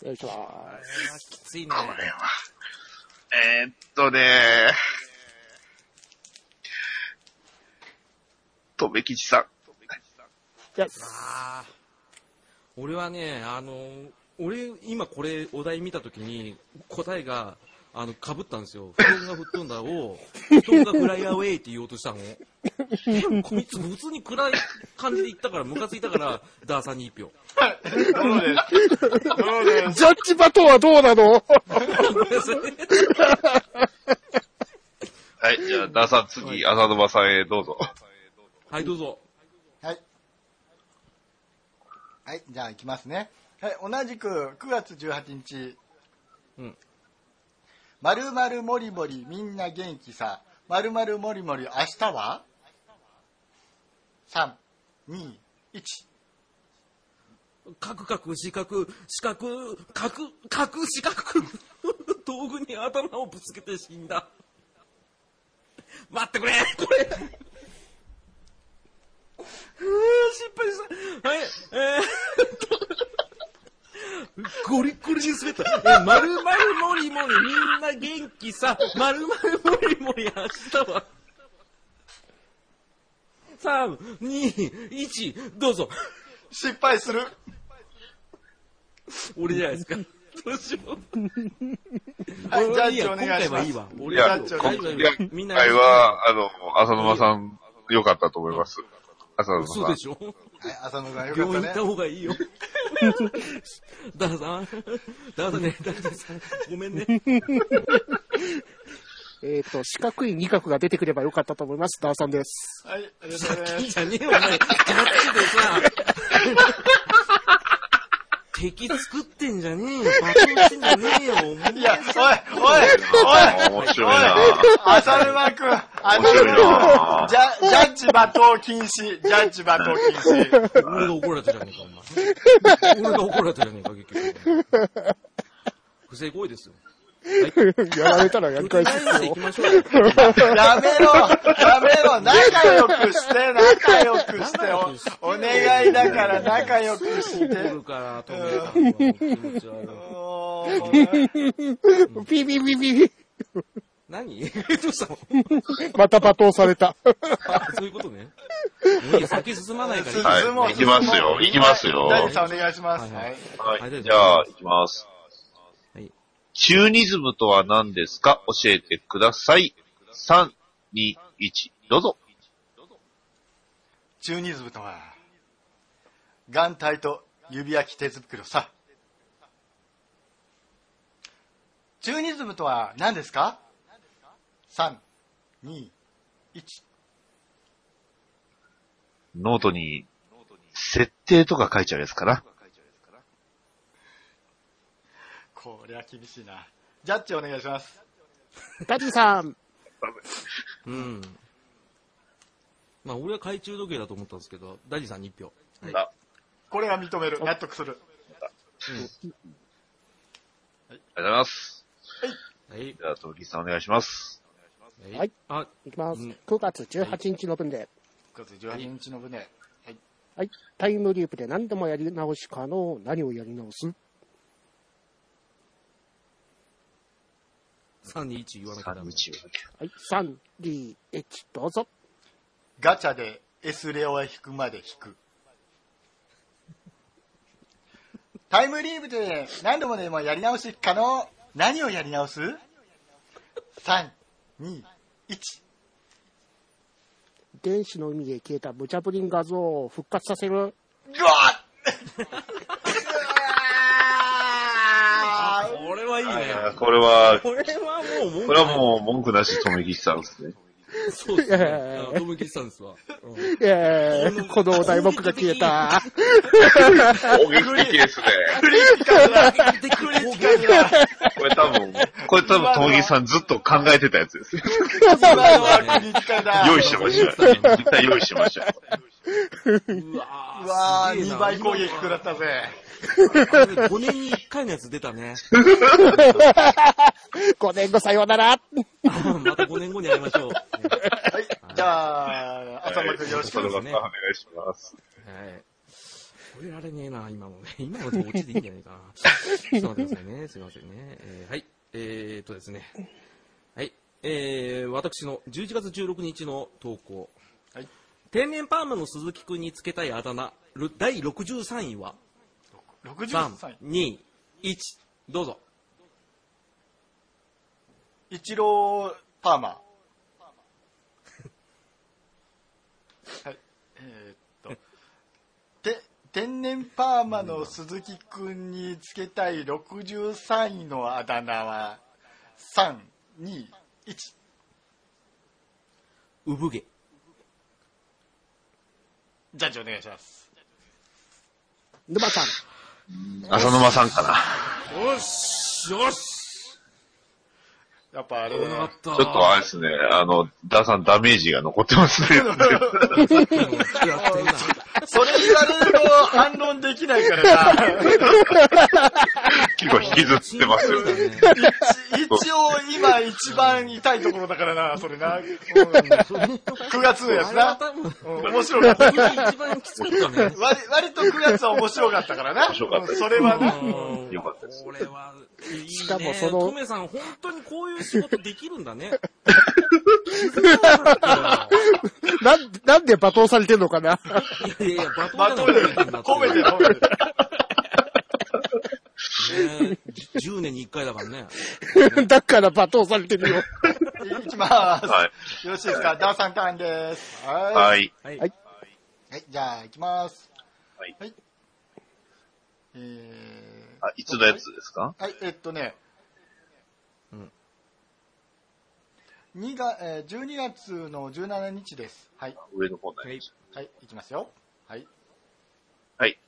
B: す。
E: よいしょー。
F: これはきついね。
C: えーっとねとめきちさん。
E: よし。
F: ああ。俺はね、あのー、俺、今これ、お題見たときに、答えが、あの、被ったんですよ。布 団が吹っ飛んだを、布団がフライアウェイって言おうとしたの。えこいつ、普通に暗い感じで言ったから、ムカついたから、ダーさんに一
B: ど
F: 票。
B: うですどうです
E: ジャッジバトンはどうなの
F: ごめんなさい
C: はい、じゃあ、ダーさん次、浅沼さんへどうぞ。
F: はい、どうぞ。
B: はい。はい、じゃあ行きますね。はい、同じく9月18日。
F: うん。
B: まるまるもりもりみんな元気さ。まるまるもりもり明日は ?3、2、1。
F: カクカク、四角、四角、カク、カク、四角。道具に頭をぶつけて死んだ。待ってくれこれうー失敗した。はい、えー、ゴリッゴリに滑った。えー、まるまるもりもり、みんな元気さ。まるまるもりもり、明日は。3、2、1、どうぞ。
B: 失敗する。
F: 俺じゃないですか。どうしよう。
B: はい、ジャッ
F: い
B: ジ
F: や
B: お願いします。
F: 今回はいいわ。
C: い
F: 俺
C: や、
F: は
B: ジャッジ
C: 今
B: お
C: 回
B: 願いし
F: 大丈夫
C: は、
F: みん
C: 今
F: な
C: 回は、あの、浅沼さん、良かったと思います。浅沼さん。
F: 嘘でしょ
B: はい、浅野さんよか
F: 病
B: った
F: 院行
B: ね
F: っ。た方がいいよ。ダーさん、ダーさんね、ダーさん、ごめんね。
E: えっと、四角い二角が出てくればよかったと思います。ダーさんです。
B: はい、ありがとうございま
F: いい
B: す。
F: じゃねえよ、お前。ガッチでさ。敵作ってんじゃねえよ、爆発してんじゃねえよ、お前
B: いや、おい、おい、
C: あー
B: おい、
C: 面白いな
B: 浅沼君、浅
C: 面白い
B: 沼君、
C: な
B: ジャジャッジ罵倒禁止、ジャッジ罵倒禁止。
F: 俺が怒られたじゃねえか、お前。俺が怒られたじゃねえか、結局。不正行為ですよ。
E: やられたらやり返し
F: 訴えま
E: です
F: で行
E: よ
F: き。ましょうよ。
B: やめろ、やめろ、仲良くして、仲良くして、おお願いだから仲良くして。
F: 怒るから、止めた方が気持ち悪い。
B: もう
E: ピピピピピ。
F: 何 どうしたの
E: また罵倒された。
F: あそういうことね。もういいや、先進まないからいいよ
C: は
B: 進もう
C: い行きますよ
B: 進もう
C: 行きますよ
B: 大地さんお願いします。
F: はいはい
B: はい
C: はい。じゃあ、行きます。
F: はい
C: チューニズムとは何ですか教えてください。3、2、1、どうぞ。
B: チューニズムとは、眼帯と指焼き手袋さ。チューニズムとは何ですか ?3、2、1。
C: ノートに、設定とか書いちゃうやつかな。
B: これは厳しいな。ジャッジお願いします。
E: ダジさん。
F: うん。まあ、俺は懐中時計だと思ったんですけど、ダジさんに1票。
C: あ
B: これは認める。納得する。
C: ありがとうございます。
F: はい。
C: じゃあ、トリさんお願いします。
E: はい。
F: あ、
E: いきます
F: うん。
E: 9月18日の分で。
B: 9月18日の船。はい。
E: はい。タイムリープで何でもやり直し可能。何をやり直す
F: 3、2、1言わなきゃダ
C: 3、
F: メ。
C: 2、
E: はい。3、2、1、どうぞ。
B: ガチャで S レオへ引くまで引く。タイムリープで何度もでもやり直し可能。何をやり直す ?3、2、1。
E: 原子の海へ消えた無茶ぶりん画像を復活させる。
B: うわ
F: あ
B: っうわー
F: これはいいね。
C: 1。これは、
F: これはもう文句
C: これはもう文句なし、止め切ったんですね。
F: そうです
E: い
F: ね。
E: やいやいや
F: あドムキスさんですわ。うん
E: えー、このお題目が消え た。
C: 攻撃的ですね。
B: フリーキカルだ
F: これ
C: これ多分、これ多分、ともぎさんずっと考えてたやつですね。
B: 今のはフリーキカルだ
C: 用意してましたよ。絶対用意してましたよ。
F: うわ
B: うわー、2倍攻撃食
F: く
B: らったぜ。
F: 5年に1回のやつ出たね。
E: 5年後さようなら。
F: また5年後に会いましょう。
B: はい。じゃあ、浅間くんよろしく。
C: お願いします。
F: はい。超えられねえな、今のね。 今の落ちでいいんじゃないかな。ちょっと待ってくださいね。すいませんね。えーはい。えー、っとですね。はい。えー、私の11月16日の投稿。
B: はい
F: 天然パーマの鈴木くんにつけたいあだ名、る第63位は、
B: 63
F: 3、2、1、どうぞ。
B: イチローパーマ。はい。えーっと。て、天然パーマの鈴木くんにつけたい63位のあだ名は、3、2、1。
F: 産毛。
B: ジャッジお願いします。
E: 沼さん。
C: 浅沼さんかな。
F: よしよし
B: やっぱあれ
F: 危なか
B: だ
F: っ
B: ね。
F: た。
C: ちょっとあれですね、あの、ダさんダメージが残ってますね。
F: と、やってんな。
B: それ言われると反論できないからな。
C: 結構引きずってますよ。
B: 一一応今一番痛いところだからな、それな。9月のやつな。うん面白かった。
F: 一番きつかったね。
B: 割割と9月は面白かったからな。
C: 面白かったです
B: それはな。
C: よかったです
F: これは、いいね。し
E: かもその
F: トメさん、本当にこういう仕事できるん だね。
E: なん、なんで罵倒されてんのかない
F: やいや、バト
B: まとめてる、褒めて る、褒めてる。
F: ねじ10年に1回だからね。
E: だから罵倒されてる よ。
B: いきます。
C: は。
B: よろしいですか。ダーさんターンです。はいい。
C: はい。
F: はい。
E: はい
B: はい、じゃあ、いきます。
C: はい
B: はい。えー
C: あ、いつのやつですか
B: はい、えっとね、
F: うん
B: 2が、えー、12月の17日です。はい、
C: 上の方にな
F: は
C: り
F: い
C: まし
B: はい、いきますよ。はい。
C: はい。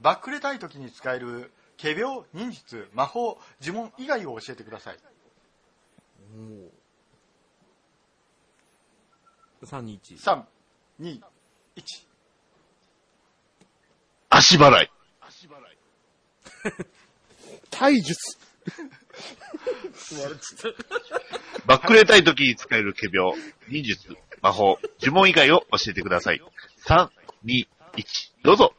B: バックレたい時に使える仮病、忍術、魔法、呪文以外を教えてください。
F: もう。321。
B: 3、2、1。
C: 足払い。
E: 体術。
C: バックレたい時に使える仮病、忍術、魔法、呪文以外を教えてください。3、2、1、どうぞ。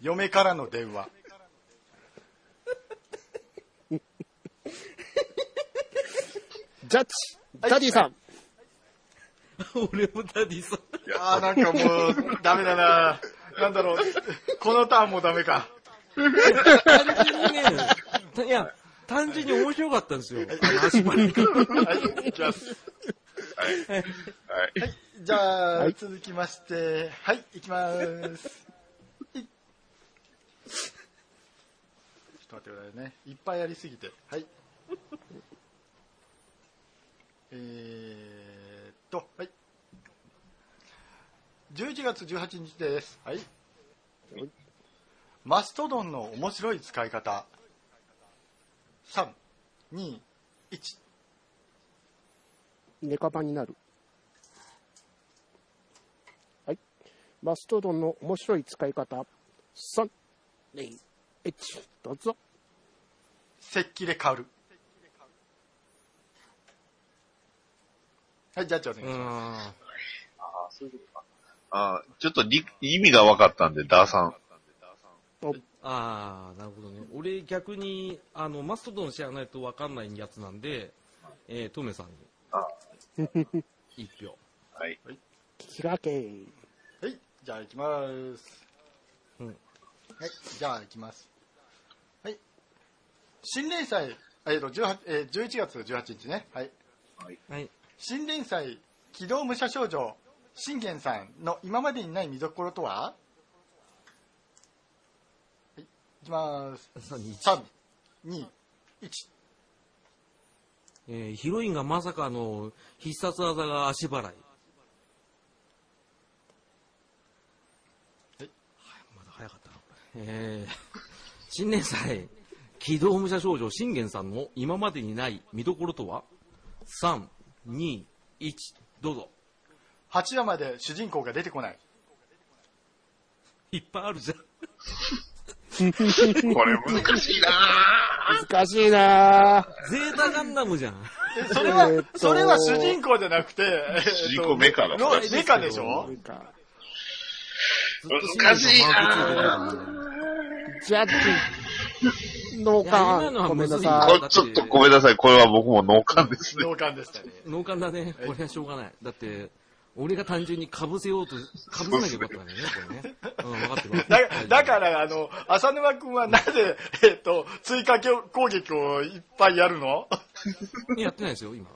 B: 嫁からの電話。
E: ジャッジ。ダディさん。
F: 俺もダディさん。
B: あーなんかもう、ダメだななんだろう、このターンもダメか。
F: 単純にね、たいや、単純に面白かったんですよ。あの足払いが。
B: はい、いきます。
C: は
B: は
C: い。
B: い、じゃあ、続きまして、はい、いきます。いちょっと待ってくださいね。いっぱいありすぎて。はい。えーっと、はい。11月18日です。はい。マストドンの面白い使い方。3、2、1。
E: ネカバになる。はい。マストドンの面白い使い方。3、2、1、どうぞ。
B: 石器で狩る。はい、ジャッジお願いし
F: う
B: ます。
F: ん。
C: あーちょっとり意味が分かったんで、ダーさん。
F: ああ、なるほどね。俺逆に、あの、マストドン知らないとわかんないやつなんで、えー、トメさんに。
C: あ
F: 一票。
C: はい。
E: キラケイ。
B: はい、じゃあ行きます。
F: うん
B: はい、じゃあ行きます。はい。新連祭、えっと、18えー11月18日ね。はい。
F: はい。
B: 新連祭、機動武者少女、信玄さんの今までにない見どころとははい、行きます。
F: 321。
B: 3、2、1。
F: えー、ヒロインがまさかの必殺技が足払い。はい。まだ早かったな、これ。えー、新年祭、機動武者少女信玄さんの今までにない見どころとは ?3、2、1、どうぞ。
B: 八話まで主人公が出てこない。
F: いっぱいあるじゃん。
C: これ難しいな
E: 難しいなぁ。
F: ゼータガンダムじゃん。
B: え それ
E: えー
B: は
E: っ、と
B: それは主人公じゃなくて、
C: 主人公メカだ
B: のメカでしょ
E: なんか
C: 難しいな
E: ジャッジ。ノー
F: いや
E: カ
F: 今のは
E: ン。ごめんな
F: あ
E: さ
F: む
E: い
F: ず。
C: こちょっとごめんなさい。これは僕も脳幹ですね。
B: 同感でしたね。
F: 脳幹だね。これはしょうがない。だって、俺が単純に被せようと、被せなきゃよかったんだよね、 これね。うん、分かってるわかって
B: だ
F: る。
B: だから、あの、浅沼君はなぜ、えっと、追加攻撃をいっぱいやるの
F: ら。やってないですよ、今。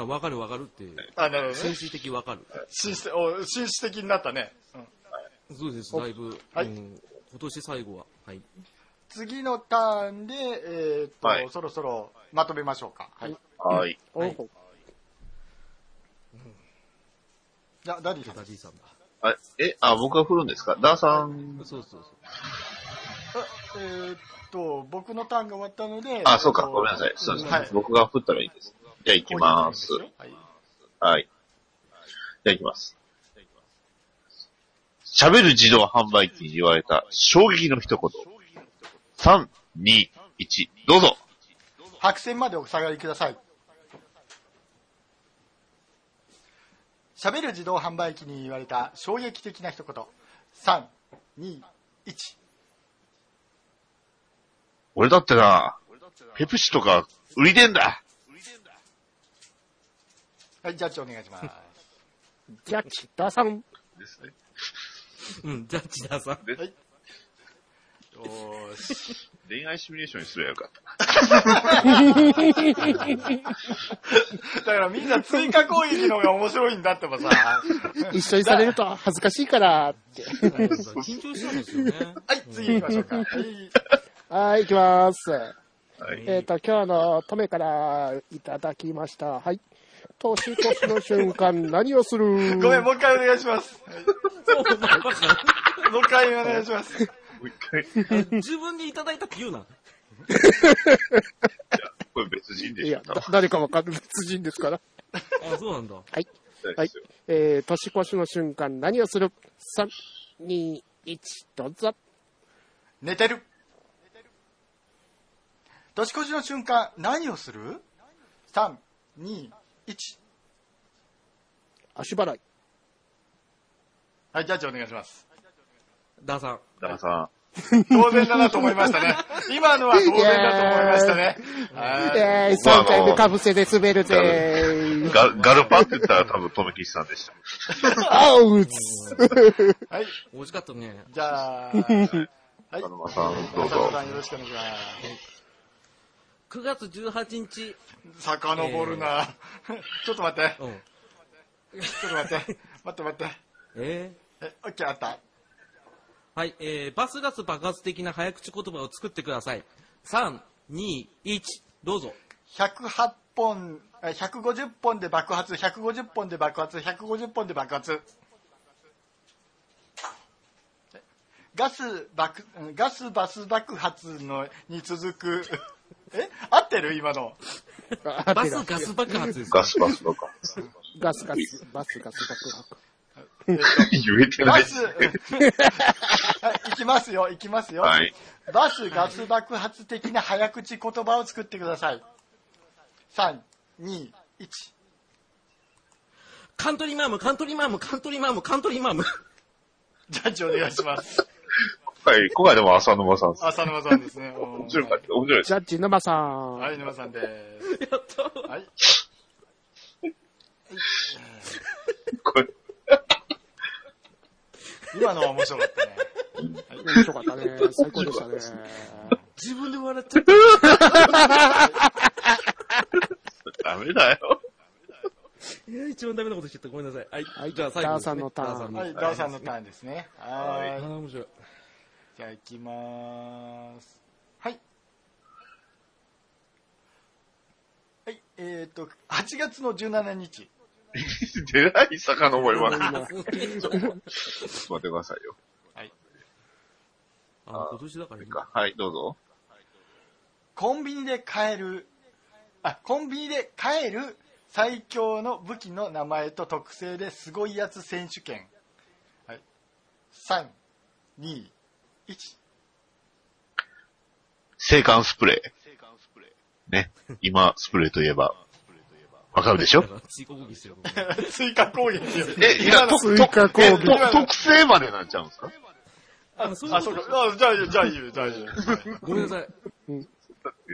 F: あ分かる分かるっていう。
B: あ、なるほど
F: 先
B: ね。
F: 進的分かる。
B: 紳士お紳士的になったね。うん
F: そうです、だいぶ。
B: はい
F: うん今年最後は。はい。
B: 次のターンで、えっと、
C: はい
B: そろそろまとめましょうか。はい。
C: はい。
E: お
F: はい
B: じゃあ、ダディさん
F: ダ。ディさんだ。
C: あえ、あ、僕が振るんですかダーさん。
F: そうそうそう。
B: あえっと、僕のターンが終わったので、
C: あ、そうか。ごめんなさい。そうですね。
B: はい
C: 僕が振ったらいいです。じゃあ行きます。
B: はい
C: はい。じゃあ行きます。喋る自動販売機に言われた衝撃の一言。3、2、1、どうぞ。
B: 白線までお下がりください。喋る自動販売機に言われた衝撃的な一言。3、2、1。
C: 俺だってな、ペプシとか売りでんだ。
B: はい、ジャッジお願いし ます。
E: ジャッジ。ダーさん。
C: ですね。
F: うん、ジャッジダーさん。
B: よーし。
C: 恋愛シミュレーションにすればよかった。
B: だからみんな追加攻撃の方が面白いんだって ばさ。
E: 一緒にされると恥ずかしいからって。
F: 緊張したんですよね。
B: はい、次行きましょ うか。はい、
E: はい、行きます。
C: はい
E: えっ、と、今日のトメからいただきました。はい。年越しの瞬間、何をする
B: ごめん、もう一回お願いします。もう一回お願いします。
C: う一回。
F: 自分でいただいたって言うな。
C: これ別人で
E: い
C: しょ
E: や、だ誰かわかる別人ですから。
F: あ、そうなんだ。
E: はい。えー、年越しの瞬間何をする ?3、2、1、どうぞ。
B: 寝てる。年越しの瞬間、何をする ?3、2、1。
E: 足払い。
B: はい、ジャッジお願いします。
F: ダーさん。
C: ダーさ
B: 当然だなと思いましたね。今のは当然だと思いましたね。はい
E: えー、3回目かぶせで滑るぜ
C: ん。。ガガルパンって言ったら多分、とめきさんでした。
E: あうつ。
B: はい、
F: 美味しかったね。
B: じゃあ、はい、
C: 田沼さん、どう
B: 佐
C: ぞ
B: 藤。さんよろしくお願いしま
F: 9月18日。
B: す。遡るな、ちょっと待って、
F: うん。
B: ちょっと待って、待って待って。
F: え
B: え、オッケーあった。
F: ー、はい、えー、バスガス爆発的な早口言葉を作ってください。3、2、1、どうぞ。
B: 108本、え150本で爆発、150本で爆発、150本で爆発。ガス爆、うんガスバス爆発のに続く。え合ってる今の。
F: バスガス爆 発です。
C: ガスバスとか。
E: ガスガス、バスガス爆発。
C: 言えてな
B: バ
C: い。
B: ス、はい、いきますよ、いきますよ。
C: はい。
B: バスガス爆発的な早口言葉を作ってください。3、2、1。
F: カントリーマーム、カントリーマーム、カントリーマーム、カントリーマーム。
B: ジャッジお願いします。
C: はい、今回でも浅沼さんです。
B: 浅沼さんですね。
C: 面白かった。面白いです
E: ジ。ャッジ沼さん。
B: はい、沼さんです。
F: やったー。
B: はい。
C: これ、
B: 今のは面白かったね。
E: 面白かったね。最高でしたね。
F: 自分で笑っちゃっ
C: ダメだよ。
F: た。いや、一番ダメなことしちゃった。ごめんなさい。はい。
E: はい
F: じゃあ最後、
E: ダーさんのターン
F: ダ
B: はい、ダーさんのターンですね。
F: あ
B: は
F: ー、面白い。
B: い。じゃあ行きまーす。はい。はい、えっ、と、8月の17日。
C: 出ない遡ります。ちょっと
E: 今
C: 待ってくださいよ。
F: あ、今年だからいいか。
C: はい、どうぞ。
B: コンビニで買える、あ、コンビニで買える最強の武器の名前と特性ですごいやつ選手権。はい。3、2、1。
C: 青函スプレー。ね。今、スプレーといえば、わかるでし
F: だ
C: ょ
F: から、追加攻撃してる。
B: 追加攻撃ですね。
C: え、いや、と
E: 追加攻
C: え
E: 撃。
C: と特性までなっちゃうんですか
F: あ、そうい
B: あ、
F: う
B: そ
F: こ
B: う
F: と
B: か。あじゃあいいよ、じゃあいいよ、じゃあいいよ。
F: ごめんなさい。
E: うん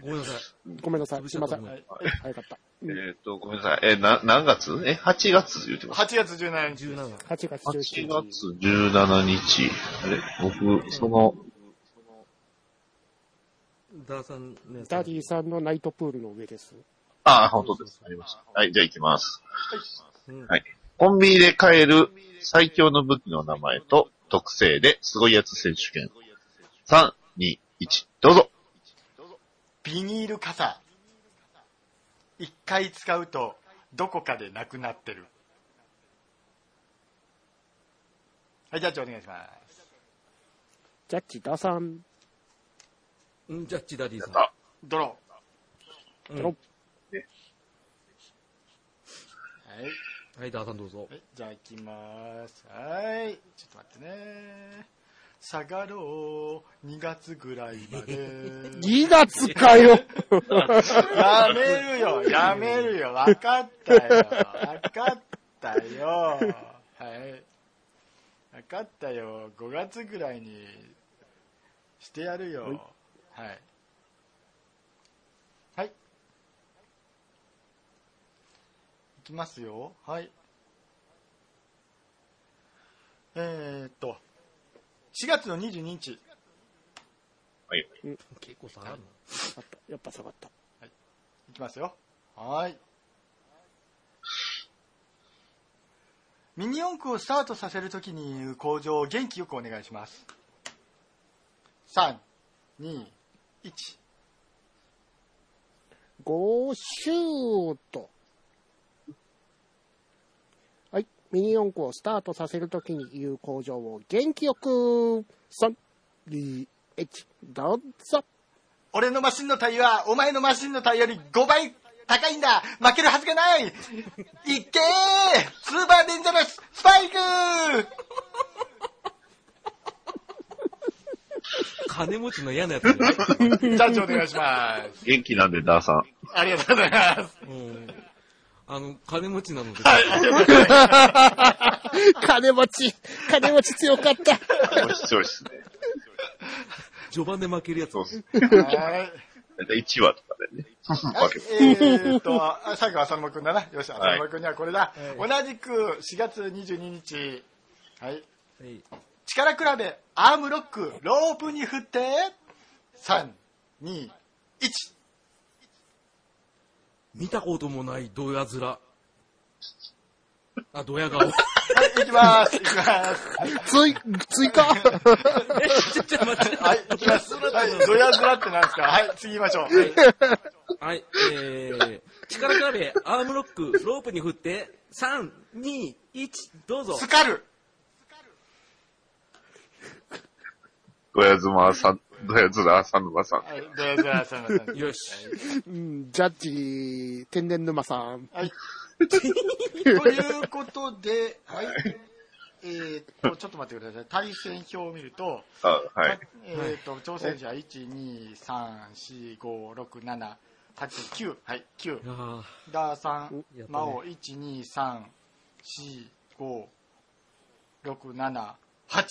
F: ごめんなさい。
E: ごめんなさい。すいません。
F: ごめ
E: 早
F: ん
B: はい
E: かった。
C: えーっと、ごめんなさい。え、な、何月え、8月言ってます。
B: 8月17日。
F: 17。
E: 8月
C: 8
E: 17日。
C: 月17日。あれ僕、その、
F: ダーさんのやつ
E: ダディさんのナイトプールの上です。
C: ああ、本当です。ありました。はい、じゃあ行きます。
F: うん
C: はい。コンビニで買える最強の武器の名前と特性ですごいやつ選手権。3、2、1、どうぞ。
B: ビニール傘。一回使うと、どこかでなくなってる。はい、ジャッジお願いします。
E: ジャッジダーさん。
F: うん、ジャッジダディさん。
C: あ、
B: ドロ
F: うん
E: ドロ
B: ー。はい。
F: はい、ダーさんどうぞ
B: は。い、じゃあ行きます。はい。ちょっと待ってね。下がろう、2月ぐらいまで。
E: 2月かよ
B: やめるよ、やめるよ。わかったよ。わかったよ。はい。わかったよ。5月ぐらいにしてやるよ。はい。はい。いきますよ。はい。えー、っと、4月の22日。
F: 結構下がる
E: あったやっぱ下がった。
B: いきますよ。はーい。ミニ四駆をスタートさせるときに工場を元気よくお願いします。3、2、1。
E: ゴーシュート。はい。ミニ四駆をスタートさせるときに言う工場を元気よく。3、リエッチ、どうぞ。
B: 俺のマシンのタイヤは、お前のマシンのタイヤより5倍高いんだ負けるはずがないいっけースーパーデンジャラススパイク
F: 金持ちの嫌なや つだね。
B: ジャッジお願いします。
C: 元気なんで、ダーさん。
B: ありがとうございます。
F: うん。あの、金持ちなので、
E: 金持ち、金持ち強かった。
C: お視聴室ね。
F: 序盤で負けるやつ
C: そうっすね。
B: はい。
C: だいたい1話とかでね。わけ
B: えーっと、あ最後は浅沼くんだな。よし、浅沼くんにはこれだ。同じく4月22日、はい。
F: はい。
B: 力比べ、アームロック、ロープに振って、3、2、1。
F: 見たこともないドヤ面。あ、ド ヤ顔。
B: はい、いきます。いきます。
E: 追、追加
F: ちょ、ちょ、待って。
B: はい、いきます。はい、ドヤズラってなんですかはい、次行きましょう。はい
F: はい、えー、力比べ、アームロック、ロープに振って、3、2、1、どうぞ。
B: スカル。
C: ドヤズマさん、ドヤズラさんのばさん。
B: はい、ドヤズラさんの。
F: よし。
E: うんジャッジ、天然沼さん。
B: はい。ということで、はい。えーっと、ちょっと待ってください。対戦表を見ると、
C: あ、はい。
B: えーっと、挑戦者1、2、3、4、5、6、7、8、9。はい、9。
F: あ
B: ダーさん
F: やっ、たね
B: 魔王、1、2、3、4、5、6、7、8!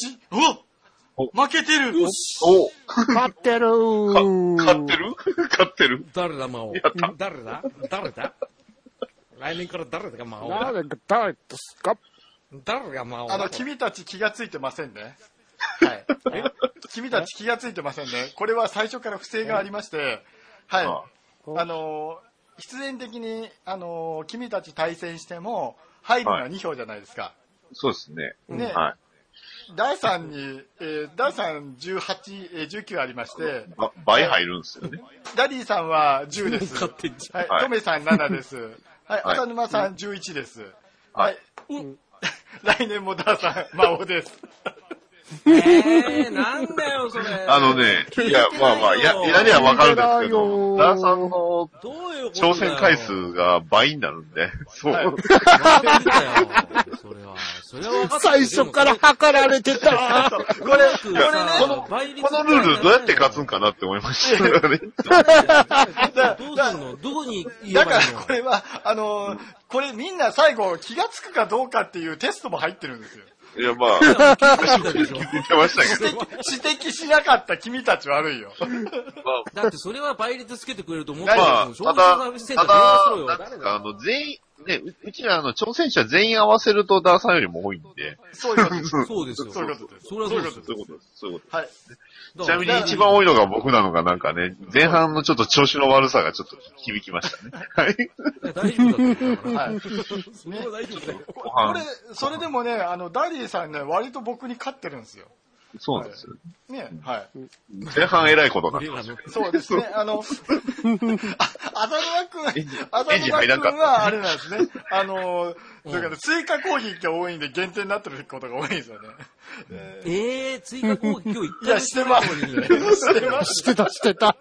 B: お負けてる
C: お
E: 勝ってるー
C: か、勝ってる勝ってる
F: 誰だ、魔王。誰だ誰だ来年から誰だが魔王だ
E: 誰が誰ですか
F: 誰が魔王だ
B: あの、君たち気がついてませんね。はい。え君たち気がついてませんね。これは最初から不正がありまして、はい。
C: あ
B: あのー、必然的に、あのー、君たち対戦しても、入るのは2票じゃないですか。
C: そうですね。
B: ね
C: はい。
B: ダーさんに、えー、ダーさん18、えー、19ありまして、
C: ば倍入るんですよね。
B: ダディさんは10です。
F: 勝手にじ
B: はい
C: は、い
B: トメさん7です。 はい、
C: はい
B: 浅沼さん11です。は。
C: はい
B: 来年もダーさん、魔王です。
F: ゃん。えー、なんだよ、それ。
C: あのね、いや、まあまあ、や、やりゃわかるんですけど、
E: 聞いてないよー
C: ダーさんの
F: どういうことだよ
C: 挑戦回。数が倍になるんで、そう。
B: はい
F: わかってたよそれは、それは分かってる
E: 最初から測られて た。
F: これ、これね、この、
C: このルールどうやって勝つんかなって思いましたけどね。
F: どうするのどこに言え
B: だ
F: ば
B: か
F: い
B: ら
F: いの
B: これは、あのーこれみんな最後気がつくかどうかっていうテストも入ってるんですよ。
C: いや、まあ、
F: でしょ
C: 言ってましたけど、
B: 指摘しなかった君たち悪いよ。
C: まあ、
F: だってそれは倍率つけてくれると思った
C: ま
F: ら、
C: あ、た
F: 正直
C: だ
F: な、センタ
C: た
F: ー電話しろ
C: だ、
F: よ。
C: なんですか、あの、全員、ね、ううちら、あの、挑戦者全員合わせると、ダーさんよりも多いんで。
B: そういうことです。
C: そう
F: そうですよ。
B: そういうことです。
F: それはそうですよ
C: いうことです。そういうことで
B: はい。
C: す。ちなみに一番多いのが僕なのが、なんかね、前半のちょっと調子の悪さがちょっと響きましたね。はい。
F: 大丈夫だったから。
B: はい。
F: それは大丈夫だよ。
C: 後
B: これ
C: 半。、
B: それでもね、あの、ダディさんね、割と僕に勝ってるんですよ。
C: そうなんですよ。
B: ね。はい。
C: 前半偉いことな
F: こ
C: んで
F: れ
C: す
F: はあの
B: そうですね。あ の、あ浅沼くん、
C: エンジン
B: 浅
C: 入ら
B: 沼
C: ん
B: く
C: かっ
B: ん
C: た
B: はあれなんですね。あの、だから追加攻撃が多いんで減点になってることが多いんですよね。
F: えー、追加攻撃今日
B: い
F: 一回
B: や、
F: も
B: してます。 してます。
E: してた、してた。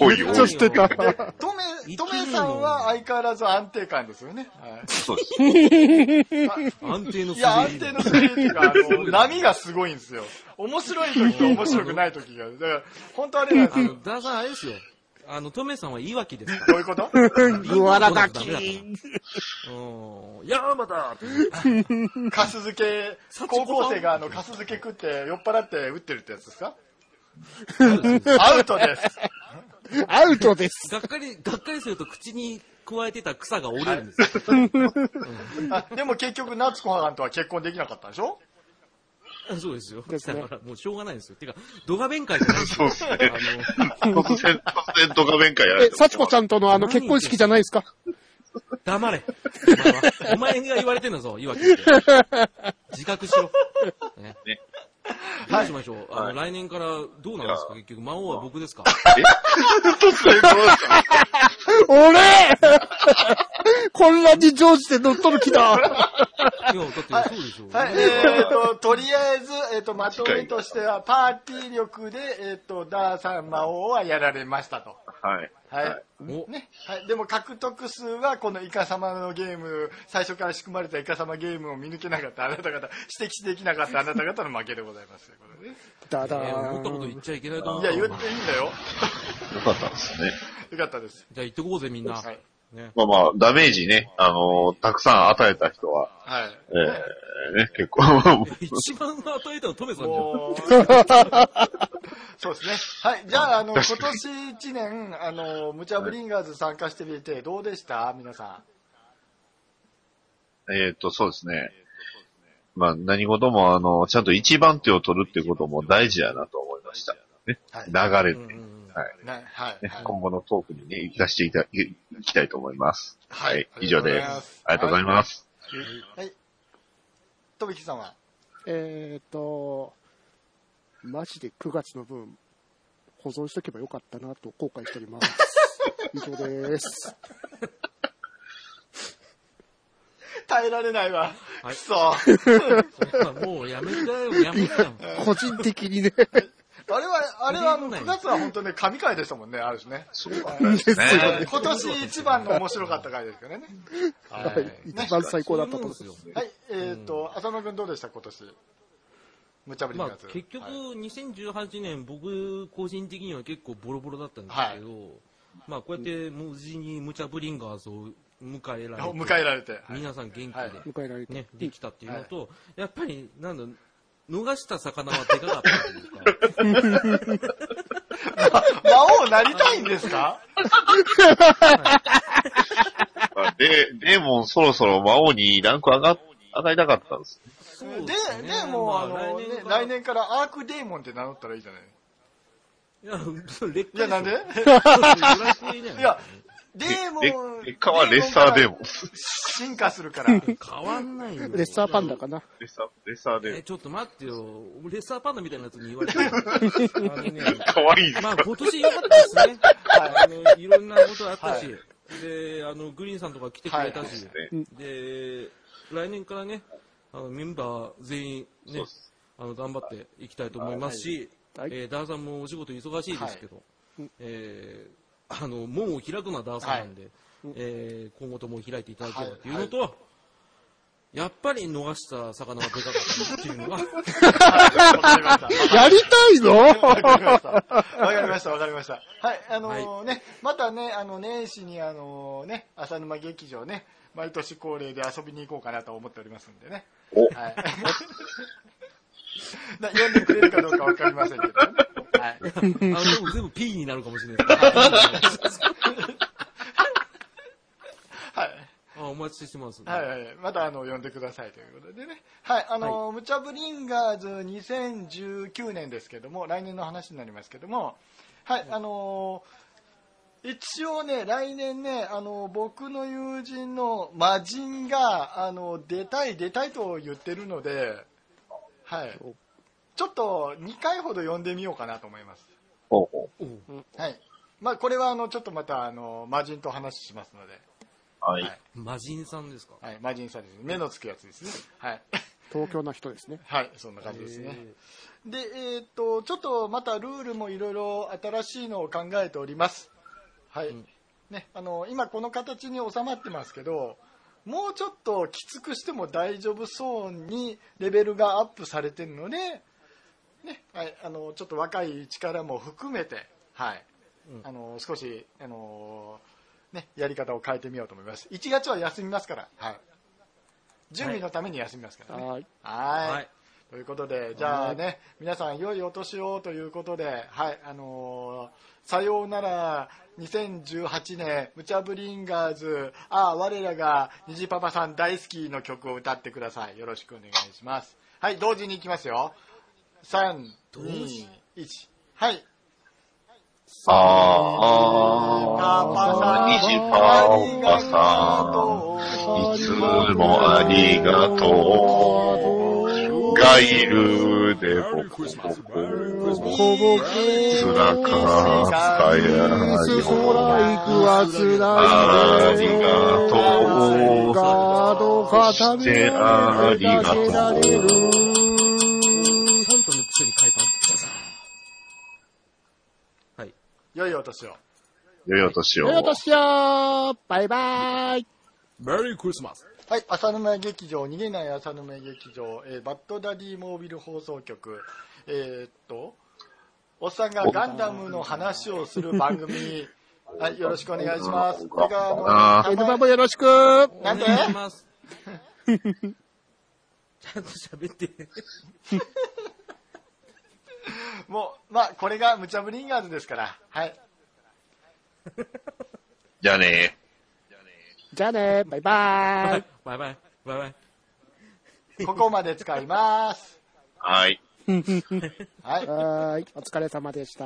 C: おい
E: め
C: おい
E: っちゃしてた。
B: トメ、トメさんは相変わらず安定感ですよね。はい
C: そうです。
F: 安定の
B: いや、安定のスリーっていうか、あの、波がすごいんですよ。面白い時と面白くない時が。だから、本当あれなんで
F: あ
B: すよ。
F: の、ダーさんあれですよ。あの、トメさんはいわきですか
B: どういうこと
F: ら。
E: グワラだき
F: う。ん。ヤーマだって
B: カス漬け、高校生があの、カス漬け食って、酔っ払って打ってるってやつですかアウトです。
E: アウトです。
F: がっかり、がっかりすると口に加えてた草が折れるんですよ。
B: あでも結局、夏子さんとは結婚できなかったでしょ
F: そうですよ。
E: ですね
F: だからもうしょうがないんですよ。てか、ドガ弁会じゃないんです
C: そう
F: よ。
C: ですね。
F: あの、
C: 突然、突然ドカ弁会やられ
E: え、
C: ても。
E: 幸子ちゃんとのあの結婚式じゃないで すか
F: 黙れ。お前はお前が言われてんだぞ、いわきって。自覚しろ。ね
C: ね
F: どうしましょう、あ
C: は
F: の
C: い
F: 来年からどうなんですか結局、魔王は僕ですか
C: 突然どうですか
E: 俺 こんなに上手で乗っ取る 気だ
F: いや、だってそうでしょ。
B: はい、えっ、と、とりあえず、えっ、と、まとめとしては、パーティー力で、えっ、と、ダーさん魔王はやられましたと。
C: はい。
B: はい。
F: お
B: ね。はい。でも獲得数は、このイカ様のゲーム、最初から仕組まれたイカ様ゲームを見抜けなかったあなた方、指摘できなかったあなた方の負けでございます。これね
E: だだ
F: えー
E: ー
F: 思ったこと
E: ん
F: 言っちゃいけないと思う。
B: いや、言っていいんだよ。
C: よかったですね。
B: よかったです。
F: じゃあ、言ってこうぜ、みんな
B: は。い。
F: ね。
C: まあまあ、ダメージね、あのーたくさん与えた人は、
B: はい。
C: えー、ね、結 構、は
F: 一番与えたのトメさんじゃん。
B: もう、 そうですね。はい。じゃあ、あの、今年一年、あの、ムチャブリンガーズ参加してみて、どうでした皆さ
C: いえっと、そうですね。まあ、何事も、あの、ちゃんと一番手を取るってことも大事やなと思いました。ね、流れ
F: うん
C: て、
F: うんうん
C: はい。
B: ん。ね、はい。
C: ね
B: はい
C: 今後のトークにね、生かしていた、いいきたいと思います。
B: はい
C: はい。以上で
B: ありがとうございますす。
C: ありがとうご
B: は
C: ざいます。
B: い。とびきさんは
E: えっ、と、マジで9月の分、保存しとけばよかったなと後悔しており ます。以上です。
B: 耐えられないわ。
F: はい
B: くそ。あ
F: もうやめだよ、やめだよ。
E: 個人的 にね、
B: れは、あれはあの、
F: 理由もない
B: 9月は本当ね、神回でしたもんね、あるしね。
C: そうだったですね。
B: 今年一番の面白かった回ですからね。はい。ね
E: 一番最高だったと
F: そういうも
E: 思
F: ん
E: い
F: で
E: ますす。
F: よ。
B: はい、えっと、浅野くんどうでした、今年。無茶ぶりの
F: ま
B: や
F: あ
B: つ。、
F: 結局、
B: はい
F: 2018年、僕、個人的には結構ボロボロだったんですけど、まあ、こうやって無事に無茶ブリンガーズを迎えられて、
B: 迎えられて。はい
F: 皆さん元気で、
B: はい
E: 迎えられて。
F: ね、できたっていうのと、やっぱり、なんだ、逃した魚はでかかったというか。
B: 魔王なりたいんですか
C: まあで、デーモンそろそろ魔王にランク上が、上がりたかったんです。
F: そ
B: で、
F: う
B: です
F: ね
B: もう、あの、ね
F: 来年から
B: 来年からアークデーモンって名乗ったらいいじゃない。
F: いや、劣化
B: いや、なんでい
F: いや
B: や、、デーモ
C: で
B: ン。
C: 結果はレッサーデーモン。
B: 進化する から。
F: 変わんないよ。
E: レッサーパンダ かな。
C: レッサー、レッサーデーモ
F: え、
C: ン。
F: ちょっと待ってよ。レッサーパンダみたいなやつに言われてる。あ のね
C: かわいいです
F: まあ
C: か
F: 今年良かったですね。あの、いろんなことあったし、で、あの、グリーンさんとか来てくれたし、
C: ね。
F: で、来年からね、あの、メンバー全員
C: そ
F: ね
C: うです、
F: あの、頑張っていきたいと思いますし、
E: はい
F: えーダーさんもお仕事忙しいですけど、えーあの、門を開くのはダーさんなんで、えー今後とも開いていただければというのと、やっぱり逃した魚がでかかったっていうのが、
B: わかりました。
E: やりたい
B: わかり
E: の
B: ました。わかりました。わかりました。はい。あのーね、またね、あの、年始にあのーね、浅沼劇場ね、毎年恒例で遊びに行こうかなと思っておりますんでね。
C: お
B: はい。 な読んでくれるかどうかわかりませんけどね。はい。
F: あの、でも全部 P になるかもしれないです。
B: はい。
F: あ、お待ちしてます、
B: はいはいはい、またあの呼んでくださいということでね、はいあのムチャブリンガーズ2019年ですけども、来年の話になりますけども、はいあのー一応ね、来年ね、あの僕の友人の魔人があの出たい、出たいと言ってるので、はい、ちょっと2回ほど呼んでみようかなと思います。
C: ほうほ
F: おう
B: はいまあ、これはあのちょっとまたあの魔人と話しますので、
C: う。はい
B: はい。
F: 魔人さんですか
B: はい、魔人さんですね、目のつくやつですね。はい
E: 東京の人ですね。
B: はい、そんな感じですね。で、えーっと、ちょっとまたルールもいろいろ新しいのを考えております。はい。
F: ん
B: ね、あの、今この形に収まってますけど、もうちょっときつくしても大丈夫そうにレベルがアップされてるので、ね、はい、あの、ちょっと若い力も含めて、はい。
F: うん
B: あの、少し、あの、ね、やり方を変えてみようと思います。1月は休みますから、はい。準備のために休みますからね。
E: はい。
B: はい
F: はい。
B: ということで、じゃあね、皆さん、良いお年をということで、はい、あのーさようなら、2018年、ムチャブリンガーズ、ああ、我らが、虹パパさん大好きの曲を歌ってください。よろしくお願いします。はい、同時に行きますよ。3、
F: 同時
B: 2、1。はい。
C: ああ。
B: パパさん、
C: 虹パパさん
B: ありがとう
C: いつもありがとう。がいるで、
F: メリ
C: ぼ
F: ーク
C: こ
F: リスマ
C: ぼ
F: スメリークリスマ
C: こ
F: ス。
E: こぼけ
C: つらかったや
E: ス
C: よ。
E: トライクはつら
C: あ
E: い
C: り
E: ね
C: がとう。
E: ガード固め
C: してありがとう
E: られる
F: ポンタのくせに海パン。はい。
B: 良いお年を。
C: よいお年を。
E: よいお年をバイバイ
F: メリークリスマス。
B: はい、浅沼劇場、逃げない浅沼劇場、えーバッドダディモービル放送局、えーっと、おっさんがガンダムの話をする番組、はい、よろしくお願いします。これが、
C: あ
B: あ
E: エ
B: の、名
E: ルバ
B: 前
E: もよろしく
B: なんで
F: お願いし ます。ちゃんと喋って。
B: もう、まあ、これが無茶ぶりンガーズですから、はい。
C: じゃあね
E: じゃあねバイバ
F: バ
E: イ
F: イバイ。バイバイ。
B: ここまで使います。
C: はい。
B: はい。
E: はーいお疲れ様でした